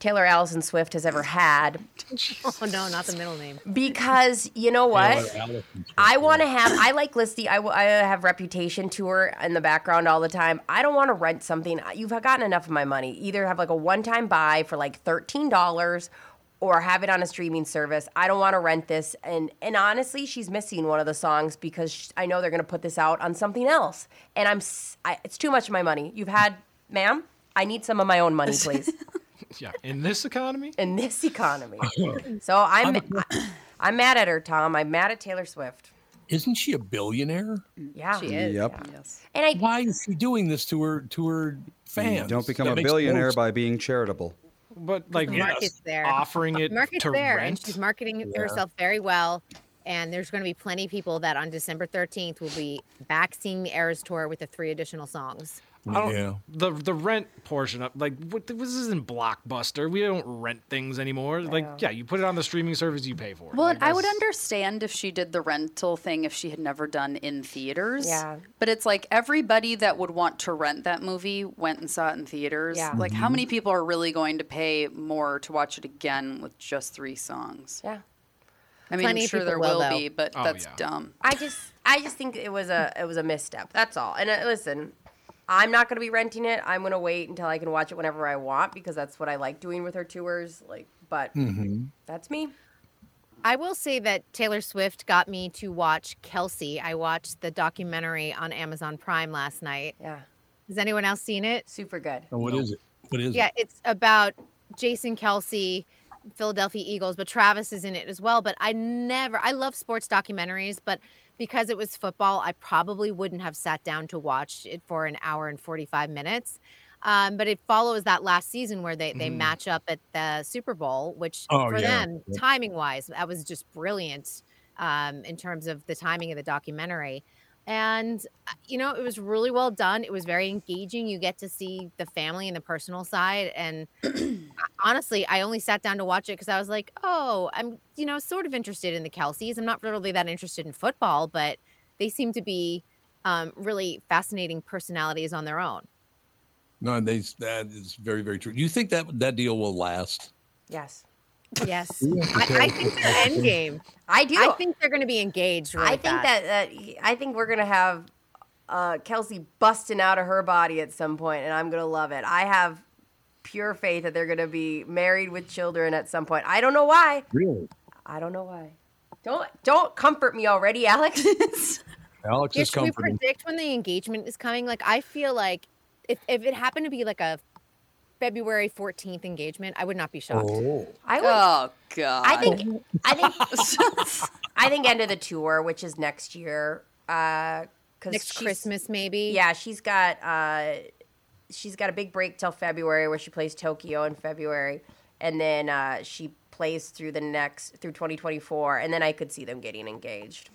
Speaker 3: Taylor Allison Swift has ever had.
Speaker 9: *laughs* Oh, no, not the middle name.
Speaker 3: Because you know what?
Speaker 2: Taylor Allison.
Speaker 3: I want to have. I like Listy. I, w- I have Reputation tour in the background all the time. I don't want to rent something. You've gotten enough of my money. Either have like a one-time buy for like thirteen dollars, or have it on a streaming service. I don't want to rent this. And and honestly, she's missing one of the songs because sh I know they're gonna put this out on something else. And I'm. s- I, it's too much of my money. You've had, ma'am. I need some of my own money, please.
Speaker 6: Yeah, *laughs* in this economy,
Speaker 3: in this
Speaker 6: *laughs*
Speaker 3: economy. So I'm. I, I'm mad at her, Tom. I'm mad at Taylor Swift.
Speaker 2: Isn't she a billionaire?
Speaker 3: Yeah.
Speaker 9: She is.
Speaker 4: Yep.
Speaker 3: And I
Speaker 2: Why is she doing this to her to her fans?
Speaker 4: You Mm, don't become
Speaker 2: That
Speaker 4: a
Speaker 2: makes no
Speaker 4: billionaire
Speaker 2: sense.
Speaker 4: by being charitable.
Speaker 6: but like
Speaker 9: the market's there.
Speaker 6: offering it
Speaker 9: The market's
Speaker 6: to
Speaker 9: there,
Speaker 6: rent.
Speaker 9: and she's marketing
Speaker 2: Yeah.
Speaker 9: herself very well. And there's going to be plenty of people that on December 13th will be back seeing the Eras tour with the three additional songs.
Speaker 6: I don't,
Speaker 2: Yeah.
Speaker 6: The the rent portion of like what this isn't blockbuster. We don't rent things anymore. Like yeah, you put it on the streaming service, you pay for it.
Speaker 10: Well,
Speaker 6: Like,
Speaker 10: and I would
Speaker 6: that's-
Speaker 10: understand if she did the rental thing if she had never done in theaters.
Speaker 3: Yeah.
Speaker 10: But it's like everybody that would want to rent that movie went and saw it in theaters.
Speaker 3: Yeah.
Speaker 10: Like, how many people are really going to pay more to watch it again with just three songs?
Speaker 3: Yeah.
Speaker 10: I mean,
Speaker 9: Plenty
Speaker 10: I'm
Speaker 9: of
Speaker 10: sure
Speaker 9: people
Speaker 10: there
Speaker 9: will,
Speaker 10: will
Speaker 9: though.
Speaker 10: be, but
Speaker 6: Oh,
Speaker 10: that's
Speaker 6: yeah.
Speaker 10: dumb.
Speaker 3: I just I just think it was a it was a misstep. That's all. And uh, listen, I'm not going to be renting it. I'm going to wait until I can watch it whenever I want because that's what I like doing with her tours like but
Speaker 4: Mm-hmm.
Speaker 3: that's me.
Speaker 9: I will say that Taylor Swift got me to watch Kelsey. I watched the documentary on Amazon Prime last night.
Speaker 3: Yeah.
Speaker 9: Has anyone else seen it?
Speaker 3: Super good.
Speaker 2: And Oh, What is it? What is
Speaker 9: Yeah,
Speaker 2: it?
Speaker 9: it's about Jason Kelsey, Philadelphia Eagles, but Travis is in it as well. But I never, I love sports documentaries, but because it was football, I probably wouldn't have sat down to watch it for an hour and 45 minutes. Um, but it follows that last season where they,
Speaker 2: Mm-hmm.
Speaker 9: they match up at the Super Bowl, which
Speaker 2: Oh,
Speaker 9: for
Speaker 2: yeah.
Speaker 9: them, timing wise, that was just brilliant um, in terms of the timing of the documentary. And uh, you know, it was really well done. It was very engaging. You get to see the family and the personal side.
Speaker 2: *clears throat*
Speaker 9: And honestly, I only sat down to watch it because I was like, oh, I'm, you know, sort of interested in the Kelseys. I'm not really that interested in football, but they seem to be um, really fascinating personalities on their own.
Speaker 2: No, they, that is very, very true. Do you think that that deal will last?
Speaker 3: Yes.
Speaker 9: Yes.
Speaker 2: Ooh,
Speaker 9: I, I think they're
Speaker 2: okay.
Speaker 9: end game.
Speaker 3: I do.
Speaker 9: I think they're going to be engaged. Really
Speaker 3: I think
Speaker 9: fast.
Speaker 3: that, that I think we're gonna have uh, Kelsey busting out of her body at some point, and I'm gonna love it. I have pure faith that they're gonna be married with children at some point. I don't know why.
Speaker 2: Really?
Speaker 3: I don't know why. Don't don't comfort me already, Alex.
Speaker 9: *laughs*
Speaker 3: *laughs*
Speaker 2: Alex
Speaker 9: Yeah,
Speaker 2: is
Speaker 9: should we
Speaker 2: comforting.
Speaker 9: predict when the engagement is coming? Like, I feel like if, if it happened to be like a February 14th engagement, I would not be shocked.
Speaker 2: Oh.
Speaker 3: I would.
Speaker 10: Oh God.
Speaker 3: I think
Speaker 2: *laughs*
Speaker 3: I think I think end of the tour, which is next year. Uh, cause
Speaker 9: Next
Speaker 3: she's-
Speaker 9: Christmas, maybe.
Speaker 3: Yeah, she's got uh, she's got a big break till February, where she plays Tokyo in February, and then uh, she plays through the next through 2024, and then I could see them getting engaged.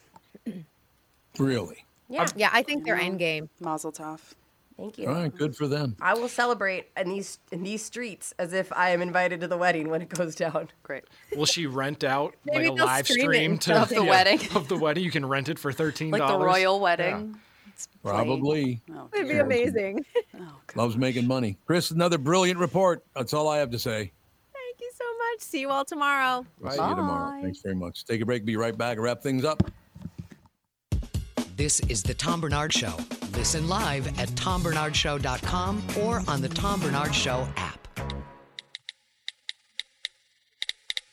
Speaker 2: Really?
Speaker 3: Yeah,
Speaker 9: yeah, I think they're end game.
Speaker 10: Mazel tov.
Speaker 3: Thank you.
Speaker 2: Mm-hmm. All right, good for them.
Speaker 3: I will celebrate in these in these streets as if I am invited to the wedding when it goes down.
Speaker 10: Great.
Speaker 6: Will she rent out like
Speaker 3: *laughs* Maybe
Speaker 6: a
Speaker 3: they'll
Speaker 6: live
Speaker 3: stream it
Speaker 6: stream
Speaker 3: and
Speaker 6: to
Speaker 10: stuff.
Speaker 6: *laughs*
Speaker 10: Of the wedding.
Speaker 6: of the wedding? You can rent it for thirteen
Speaker 10: Like
Speaker 6: dollars.
Speaker 10: the royal wedding. Oh,
Speaker 2: Probably.
Speaker 9: It'd be amazing.
Speaker 2: Loves making money. Chris, another brilliant report. That's all I have to say.
Speaker 9: Thank you so much. See you all tomorrow.
Speaker 2: We'll see you tomorrow. Thanks very much. Take a break. Be right back. Wrap things up.
Speaker 1: This is the Tom Bernard Show. Listen live at tombernardshow.com or on the Tom Bernard Show app.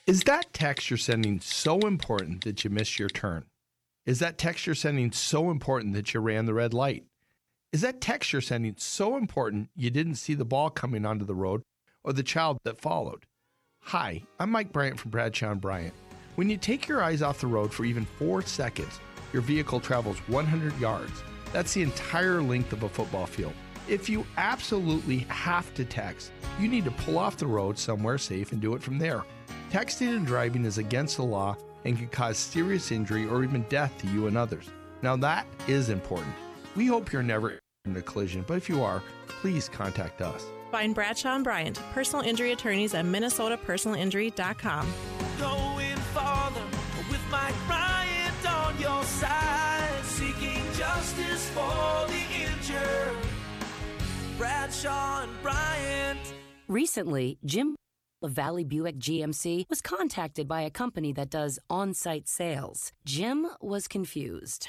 Speaker 5: Is that text you're sending so important that you missed your turn? Is that text you're sending so important that you ran the red light? Is that text you're sending so important you didn't see the ball coming onto the road or the child that followed? Hi, I'm Mike Bryant from Bradshaw and Bryant. When you take your eyes off the road for even four seconds, your vehicle travels 100 yards. That's the entire length of a football field. If you absolutely have to text, you need to pull off the road somewhere safe and do it from there. Texting and driving is against the law and can cause serious injury or even death to you and others. Now, that is important. We hope you're never in a collision, but if you are, please contact us.
Speaker 12: Find Bradshaw and Bryant, personal injury attorneys at minnesotapersonalinjury.com.
Speaker 13: Going farther with Mike Bryant on your side, seeking justice for the injured. Bradshaw and Bryant.
Speaker 14: Recently, Jim of Valley Buick GMC was contacted by a company that does on site sales. Jim was confused.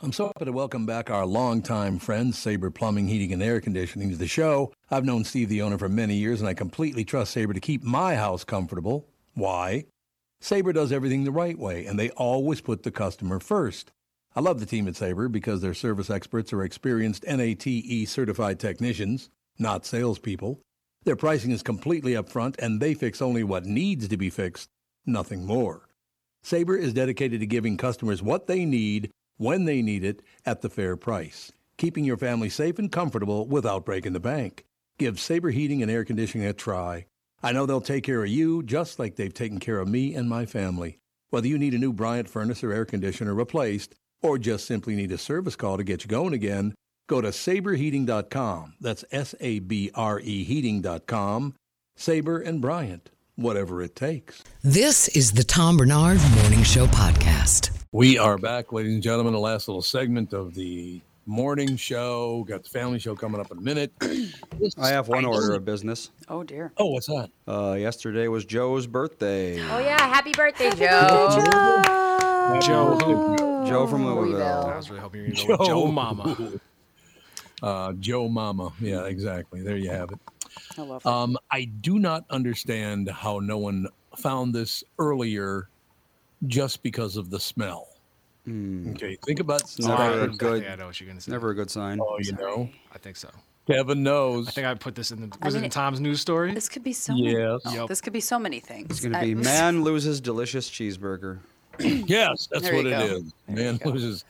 Speaker 2: I'm so happy to welcome back our longtime friend, Sabre Plumbing, Heating, and Air Conditioning, to the show. I've known Steve, the owner, for many years, and I completely trust Sabre to keep my house comfortable. Why? Sabre does everything the right way, and they always put the customer first. I love the team at Sabre because their service experts are experienced NATE E certified technicians, not salespeople. Their pricing is completely upfront, and they fix only what needs to be fixed, nothing more. Sabre is dedicated to giving customers what they need when they need it at the fair price, keeping your family safe and comfortable without breaking the bank. Give Sabre Heating and Air Conditioning a try. I know they'll take care of you just like they've taken care of me and my family. Whether you need a new Bryant furnace or air conditioner replaced, or just simply need a service call to get you going again, go to saberheating.com. That's S A B R E heating.com. Sabre and Bryant, whatever it takes.
Speaker 1: This is the Tom Bernard Morning Show podcast.
Speaker 2: We are back, ladies and gentlemen. The last little segment of the morning show. Got the family show coming up in a minute.
Speaker 4: I have one order of business.
Speaker 10: Oh dear.
Speaker 2: Oh, what's that?
Speaker 4: Uh, yesterday was
Speaker 6: *gasps*
Speaker 4: Joe's
Speaker 10: *gasps*
Speaker 4: birthday.
Speaker 3: Oh yeah, happy birthday,
Speaker 4: birthday,
Speaker 3: Joe.
Speaker 4: Joe Joe from Louisville.
Speaker 6: I was really hoping you were going to go with Joe Mama.
Speaker 2: Uh, Joe Mama. Yeah, exactly. There you have it.
Speaker 10: Mm-hmm. I love
Speaker 2: Um, I do not understand how no one found this earlier just because of the smell.
Speaker 10: Hmm.
Speaker 2: Okay, think about
Speaker 4: It's never a
Speaker 2: signs.
Speaker 4: good.
Speaker 6: I know what you're gonna say.
Speaker 4: Never a good sign.
Speaker 2: Oh, you know.
Speaker 6: I think so.
Speaker 2: Kevin knows.
Speaker 6: I think I put this in the
Speaker 10: I
Speaker 6: was
Speaker 10: mean,
Speaker 6: it in Tom's news story?
Speaker 10: This could be so.
Speaker 4: Yes.
Speaker 10: Many,
Speaker 4: Yep.
Speaker 10: This could be so many things.
Speaker 4: Oh. It's gonna
Speaker 10: I- *laughs*
Speaker 4: be man loses delicious cheeseburger.
Speaker 10: *clears throat*
Speaker 2: Yes, that's
Speaker 10: There
Speaker 2: what
Speaker 10: you
Speaker 2: it
Speaker 10: go.
Speaker 2: is. Man loses.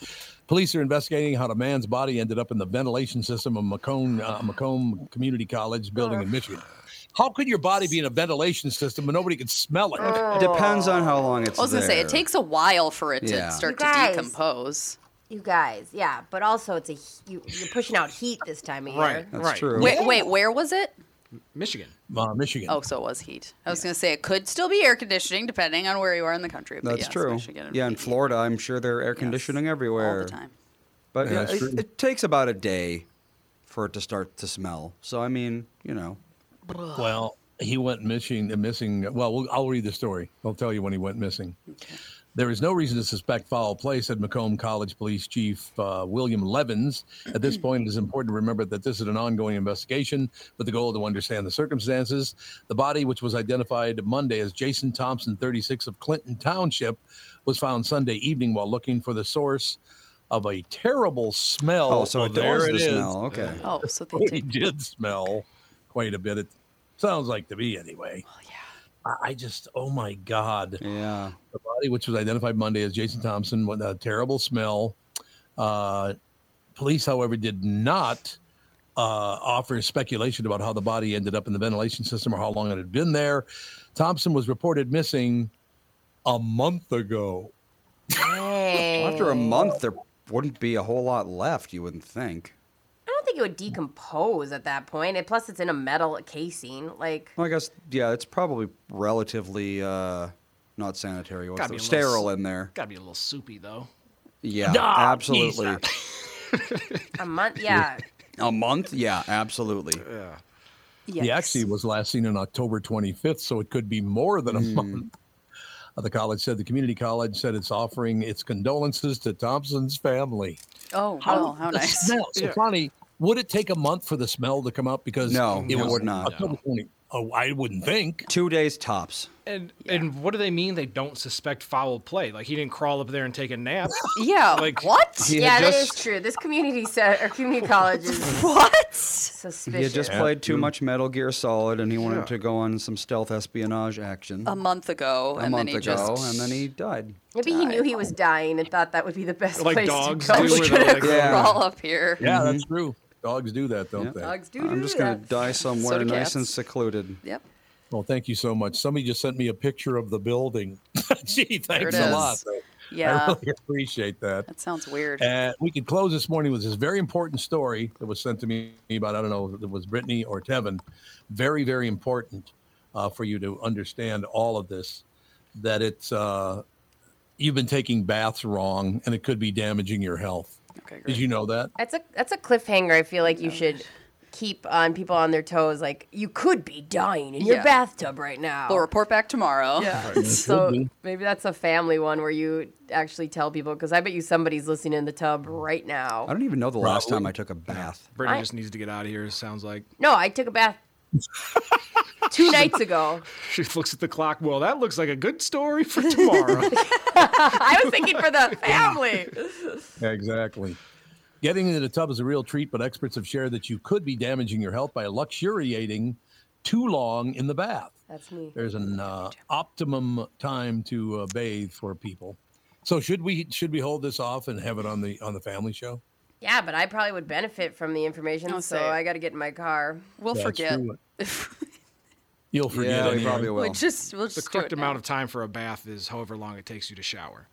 Speaker 2: Police are investigating how the man's body ended up in the ventilation system of Macomb, uh, Macomb Community College building in Michigan. How could your body be in a ventilation system and nobody could smell it?
Speaker 10: It
Speaker 4: depends on how long it's
Speaker 10: I was gonna say it
Speaker 4: there.
Speaker 10: takes a while for it
Speaker 4: Yeah.
Speaker 10: to start
Speaker 3: You guys.
Speaker 10: to decompose.
Speaker 3: You guys, yeah, but also it's a he- you, you're pushing out heat this time of year.
Speaker 10: Right,
Speaker 4: That's right. true.
Speaker 10: Wait, wait, where was it?
Speaker 6: Michigan.
Speaker 2: Uh, Michigan.
Speaker 10: Oh, so it was heat. I was gonna say it could still be air conditioning depending on where you are in the country. But
Speaker 4: That's
Speaker 10: yes,
Speaker 4: true.
Speaker 10: Michigan and
Speaker 4: yeah, in Florida, I'm sure they're air conditioning everywhere.
Speaker 10: all the time.
Speaker 4: But
Speaker 2: Yeah,
Speaker 4: yeah,
Speaker 2: that's
Speaker 4: it,
Speaker 2: true.
Speaker 4: it takes about a day for it to start to smell. So I mean, you know,
Speaker 2: Well, he went missing. Missing. Well, we'll I'll read the story. I'll tell you when he went missing. There is no reason to suspect foul play, said Macomb College Police Chief uh, William Levins. At this point, it is important to remember that this is an ongoing investigation with the goal to understand the circumstances. The body, which was identified Monday as Jason Thompson, 36 of Clinton Township, was found Sunday evening while looking for the source of a terrible smell.
Speaker 4: Oh, so
Speaker 2: Oh,
Speaker 4: it
Speaker 2: there
Speaker 4: was
Speaker 2: it
Speaker 4: the
Speaker 2: is.
Speaker 4: smell. Okay.
Speaker 10: Oh,
Speaker 2: *laughs*
Speaker 10: so they
Speaker 2: He
Speaker 10: did.
Speaker 2: did smell quite a bit. It sounds like to me, anyway. yeah. I just, oh my God.
Speaker 4: Yeah.
Speaker 2: The body, which was identified Monday as Jason Thompson, with a terrible smell. Uh, police, however, did not uh, offer speculation about how the body ended up in the ventilation system or how long it had been there. Thompson was reported missing a month ago.
Speaker 4: after a month, there wouldn't be a whole lot left. You wouldn't think.
Speaker 3: I don't think it would decompose at that point. And plus, it's in a metal casing. Like,
Speaker 4: Well, I guess yeah, it's probably relatively uh, not sanitary. What's
Speaker 6: Gotta
Speaker 4: the-
Speaker 6: be a little
Speaker 4: sterile
Speaker 6: s-
Speaker 4: in there.
Speaker 6: Gotta be a little soupy though.
Speaker 4: Yeah,
Speaker 6: Ah,
Speaker 4: absolutely.
Speaker 3: a month, yeah.
Speaker 4: a month? Yeah, absolutely.
Speaker 6: Yeah.
Speaker 2: He actually was last seen on October 25th, so it could be more than a
Speaker 4: Hmm.
Speaker 2: month. Uh, The college said the community college said it's offering its condolences to Thompson's family.
Speaker 10: Oh, wow, how
Speaker 2: the
Speaker 10: nice.
Speaker 2: Smell. *laughs* So, Connie, would it take a month for the smell to come up? Because
Speaker 4: No, it
Speaker 2: was
Speaker 4: would not.
Speaker 2: October 20 oh, I wouldn't think.
Speaker 4: Two days tops.
Speaker 6: *laughs* And and what do they mean they don't suspect foul play? Like he didn't crawl up there and take a
Speaker 3: *laughs*
Speaker 6: nap.
Speaker 10: Yeah.
Speaker 6: *laughs* Like
Speaker 10: what?
Speaker 4: He
Speaker 3: yeah,
Speaker 4: had
Speaker 3: that is
Speaker 4: just-
Speaker 3: true. This community set or community
Speaker 10: *laughs*
Speaker 3: college is what
Speaker 4: He
Speaker 3: suspicious.
Speaker 4: had just played too much Metal Gear Solid, and he wanted to go on some stealth espionage action.
Speaker 10: A month ago,
Speaker 4: A
Speaker 10: and
Speaker 4: month
Speaker 10: then he
Speaker 4: ago,
Speaker 10: just
Speaker 4: and then he died.
Speaker 3: Maybe he knew he was dying and thought that would be the best
Speaker 4: Like
Speaker 3: place
Speaker 4: dogs
Speaker 3: to go.
Speaker 4: do
Speaker 3: We're
Speaker 4: with
Speaker 3: *laughs* gonna
Speaker 4: it, like- Yeah. Mm-hmm.
Speaker 10: crawl up here.
Speaker 2: Yeah, that's true. Dogs do that, don't they?
Speaker 10: Dogs do
Speaker 4: I'm
Speaker 10: do
Speaker 4: just
Speaker 10: that.
Speaker 4: gonna die somewhere
Speaker 10: do
Speaker 4: nice
Speaker 10: cats.
Speaker 4: and secluded.
Speaker 10: Yep.
Speaker 2: Well, thank you so much. Somebody just sent me a picture of the building. Gee, thanks
Speaker 10: it
Speaker 2: a
Speaker 10: is.
Speaker 2: lot. I
Speaker 10: Yeah.
Speaker 2: really *laughs* appreciate that.
Speaker 10: That sounds weird.
Speaker 2: Uh, we could close this morning with this very important story that was sent to me about, I don't know if it was Brittany or Tevin. Very, very important uh, for you to understand all of this that it's, uh, you've been taking baths wrong and it could be damaging your health.
Speaker 10: Okay,
Speaker 2: Did you know that?
Speaker 3: That's a that's a cliffhanger. I feel like you should keep on people on their toes. Like you could be dying in your
Speaker 10: Yeah.
Speaker 3: bathtub right now.
Speaker 10: We'll report back tomorrow.
Speaker 3: Yeah.
Speaker 10: Right.
Speaker 3: so
Speaker 10: Could be.
Speaker 3: maybe that's a family one where you actually tell people because I bet you somebody's listening in the tub right now.
Speaker 4: I don't even know the last time I took a bath.
Speaker 6: Brittany
Speaker 3: I-
Speaker 6: just needs to get out of here, it sounds like.
Speaker 4: e-,
Speaker 3: No, I took
Speaker 4: *laughs*
Speaker 3: a bath two nights ago.
Speaker 6: *laughs* She looks at the clock. Well, that looks like a good story for *laughs* tomorrow.
Speaker 3: *laughs* I was thinking for the family.
Speaker 14: *laughs*
Speaker 2: Yeah, exactly. Getting into the tub is a real treat, but experts have shared that you could be damaging your health by luxuriating too long in the bath.
Speaker 3: That's me.
Speaker 2: There's an uh, optimum time to uh, bathe for people. So should we should we hold this off and have it on the on the family show?
Speaker 3: Yeah, but I probably would benefit from the information,
Speaker 10: I'll
Speaker 3: so
Speaker 10: say it.
Speaker 3: I got to get in my car.
Speaker 10: We'll
Speaker 2: That's
Speaker 10: forget.
Speaker 2: true.
Speaker 10: *laughs*
Speaker 2: You'll forget.
Speaker 4: Yeah, we
Speaker 2: anyway.
Speaker 4: probably will.
Speaker 10: We just we'll
Speaker 6: the
Speaker 10: just do
Speaker 6: correct
Speaker 10: it now.
Speaker 6: amount of time for a bath is however long it takes you to shower.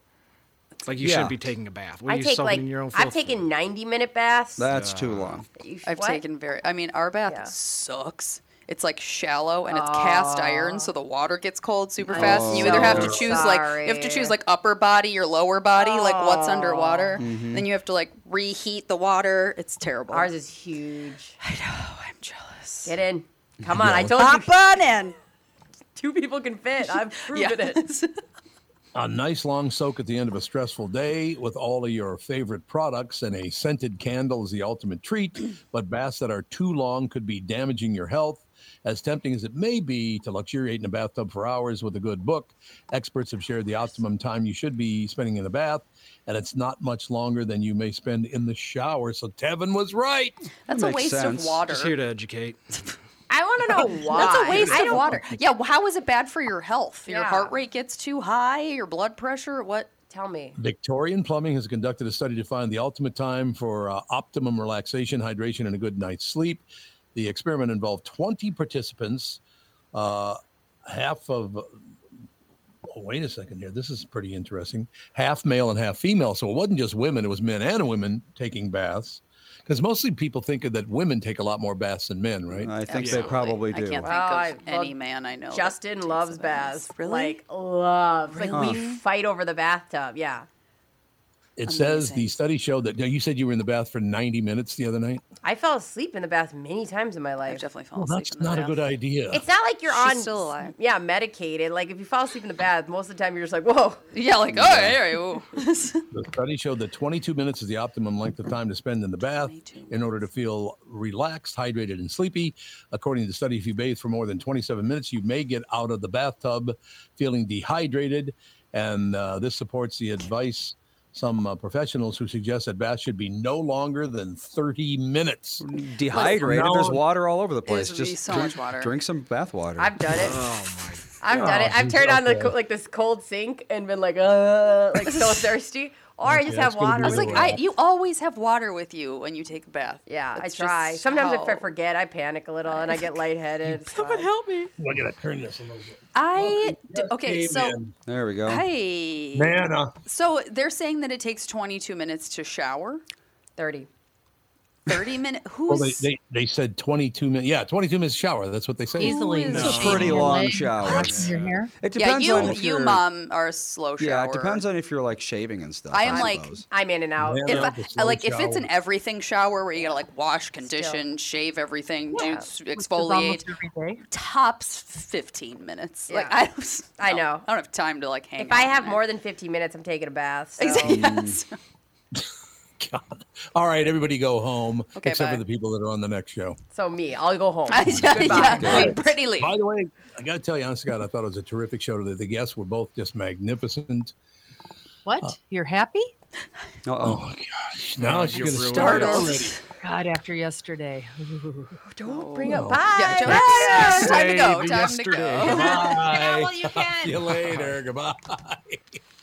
Speaker 6: Like you
Speaker 4: Yeah.
Speaker 6: shouldn't be taking a bath. What are
Speaker 3: I
Speaker 6: you
Speaker 3: take
Speaker 6: soaking
Speaker 3: like
Speaker 6: in your own filth
Speaker 3: I've taken 90 minute baths.
Speaker 4: That's too long.
Speaker 3: You-
Speaker 10: I've
Speaker 3: what?
Speaker 10: taken very. I mean, our bath sucks. It's like shallow and it's cast iron, so the water gets cold super fast. and you
Speaker 3: I'm
Speaker 10: either have to
Speaker 3: so
Speaker 10: choose like you have to choose like upper body or lower body, like what's underwater.
Speaker 4: Mhm.
Speaker 10: Then you have to like reheat the water. It's terrible.
Speaker 3: Ours is huge. I
Speaker 10: know. I'm jealous.
Speaker 3: Get in. Come on. I
Speaker 2: Yeah.
Speaker 3: told you
Speaker 10: Hop on in.
Speaker 3: two people can fit.
Speaker 10: *laughs*
Speaker 3: I've
Speaker 10: Yeah.
Speaker 3: proven it.
Speaker 2: A nice long soak at the end of a stressful day with all of your favorite products and a *clears throat* scented candle is the ultimate treat, but baths that are too long could be damaging your health. As tempting as it may be to luxuriate in a bathtub for hours with a good book, experts have shared the optimum time you should be spending in the bath, and it's not much longer than you may spend in the shower. So Tevin was right.
Speaker 10: That's a waste of water.
Speaker 6: Just here to educate. *laughs*
Speaker 10: I *laughs* want
Speaker 3: *laughs*
Speaker 10: to know
Speaker 6: why.
Speaker 10: That's a waste
Speaker 6: I
Speaker 10: of
Speaker 6: don't-
Speaker 10: water. Yeah, well, how is it bad for your health? Your
Speaker 3: Yeah.
Speaker 10: heart rate gets too high, your blood pressure, what?
Speaker 3: Tell me.
Speaker 2: Victorian Plumbing has conducted a study to find the ultimate time for uh, optimum relaxation, hydration, and a good night's sleep. The experiment involved 20 participants. Uh, half of, oh, wait a second here, this is pretty interesting. Half male and half female. So it wasn't just women, it was men and women taking baths. Because mostly people think that women take a lot more baths than men, right?
Speaker 4: I think they probably do.
Speaker 10: can't think
Speaker 3: Wow,
Speaker 10: of
Speaker 3: I
Speaker 10: any
Speaker 3: love-
Speaker 10: man I know. that
Speaker 3: Justin
Speaker 10: takes
Speaker 3: loves
Speaker 10: a bath.
Speaker 3: baths. Like loves. Like we
Speaker 2: Really?
Speaker 3: fight over the bathtub. Yeah.
Speaker 2: It says the study showed that, now you said you were in the bath for 90 minutes the other night.
Speaker 3: I fell asleep in the bath many times in my life. I've
Speaker 6: Oh,
Speaker 3: definitely
Speaker 2: Well, that's not a good idea.
Speaker 3: It's not like you're
Speaker 10: She's
Speaker 3: on
Speaker 10: still
Speaker 3: yeah, medicated. Like if you fall asleep in the bath, most of the time you're just like, whoa.
Speaker 10: Yeah,
Speaker 3: uh,
Speaker 10: like, all right, all *laughs* right. ooh.
Speaker 2: The study showed that 22 minutes is the optimum length of time to spend in the bath in order to feel relaxed, hydrated, and sleepy. According to the study, if you bathe for more than 27 minutes, you may get out of the bathtub feeling dehydrated. And uh, this supports the advice some uh, professionals who suggest that baths should be no longer than 30 minutes.
Speaker 4: Dehydrated. There's water all over the place.
Speaker 3: It's
Speaker 4: Just
Speaker 3: so
Speaker 4: drink,
Speaker 3: much water.
Speaker 4: drink some Oh bath water.
Speaker 3: I've done it. I've
Speaker 4: God.
Speaker 3: done it. I've turned on the
Speaker 4: Okay.
Speaker 3: co- like this cold sink and been like, uh, like *laughs* so thirsty. Or I
Speaker 10: Okay,
Speaker 3: just
Speaker 10: that's
Speaker 3: have
Speaker 10: gonna be
Speaker 3: water.
Speaker 10: I was really like, I- rough. you always have water with you when you take a bath.
Speaker 3: Yeah,
Speaker 10: That's
Speaker 3: I try.
Speaker 10: just
Speaker 3: Sometimes if I
Speaker 10: how-
Speaker 3: forget, I panic a little and I get lightheaded. Someone
Speaker 10: help me.
Speaker 2: Well, I gotta turn this a little bit.
Speaker 10: I d- okay,
Speaker 2: Hey,
Speaker 10: so
Speaker 2: man. uh,
Speaker 4: There we go.
Speaker 10: hey,
Speaker 2: Nana.
Speaker 10: So they're saying that it takes 22 minutes to shower.
Speaker 3: 30.
Speaker 10: 30 *laughs* minutes. Who's
Speaker 2: Well, they, they, they said 22 minutes. Yeah, 22 minutes shower. That's what they say.
Speaker 10: Easily Who is
Speaker 4: It's a pretty long shower. It
Speaker 10: yeah,
Speaker 4: depends
Speaker 10: you
Speaker 4: on if
Speaker 10: you
Speaker 4: you're-
Speaker 10: mom are a slow shower.
Speaker 4: Yeah, it depends on if you're like shaving and stuff.
Speaker 10: I am like
Speaker 4: suppose.
Speaker 3: I'm in and out.
Speaker 4: Yeah,
Speaker 10: If
Speaker 4: no,
Speaker 10: I-
Speaker 4: the
Speaker 10: I,
Speaker 4: slow
Speaker 10: like if it's an
Speaker 4: shower.
Speaker 10: everything shower where you gotta like wash, condition, shave everything, do s-
Speaker 3: *laughs*
Speaker 10: exfoliate, tops fifteen minutes. Like
Speaker 3: Yeah.
Speaker 10: I,
Speaker 3: *laughs*
Speaker 10: don't,
Speaker 3: I
Speaker 10: no,
Speaker 3: know.
Speaker 10: I don't have time to like hang.
Speaker 3: If I
Speaker 10: out
Speaker 3: have
Speaker 10: and
Speaker 3: more than 50 minutes, I'm taking a bath. So.
Speaker 10: Exactly, *laughs* yes.
Speaker 4: Mm.
Speaker 2: *laughs* All right, everybody go home,
Speaker 3: Okay,
Speaker 2: except
Speaker 3: bye.
Speaker 2: for the people that are on the next show.
Speaker 3: So me, I'll go *laughs* home.
Speaker 10: yeah, *laughs*
Speaker 3: Goodbye.
Speaker 10: pretty late.
Speaker 2: By the way, I got to tell you, honest to God, I thought it was a terrific show today. The guests were both just magnificent.
Speaker 15: What? You're happy?
Speaker 2: oh my gosh. Now she's
Speaker 15: You've
Speaker 2: going to
Speaker 15: ruined
Speaker 2: start
Speaker 15: it.
Speaker 2: already.
Speaker 15: God, after yesterday.
Speaker 10: Oh,
Speaker 15: Oh.
Speaker 3: Don't bring up.
Speaker 10: Bye.
Speaker 15: Yeah,
Speaker 10: Bye. *laughs* Time to go. Time to go.
Speaker 2: Bye. *laughs*
Speaker 10: you
Speaker 2: See you later. Goodbye. *laughs*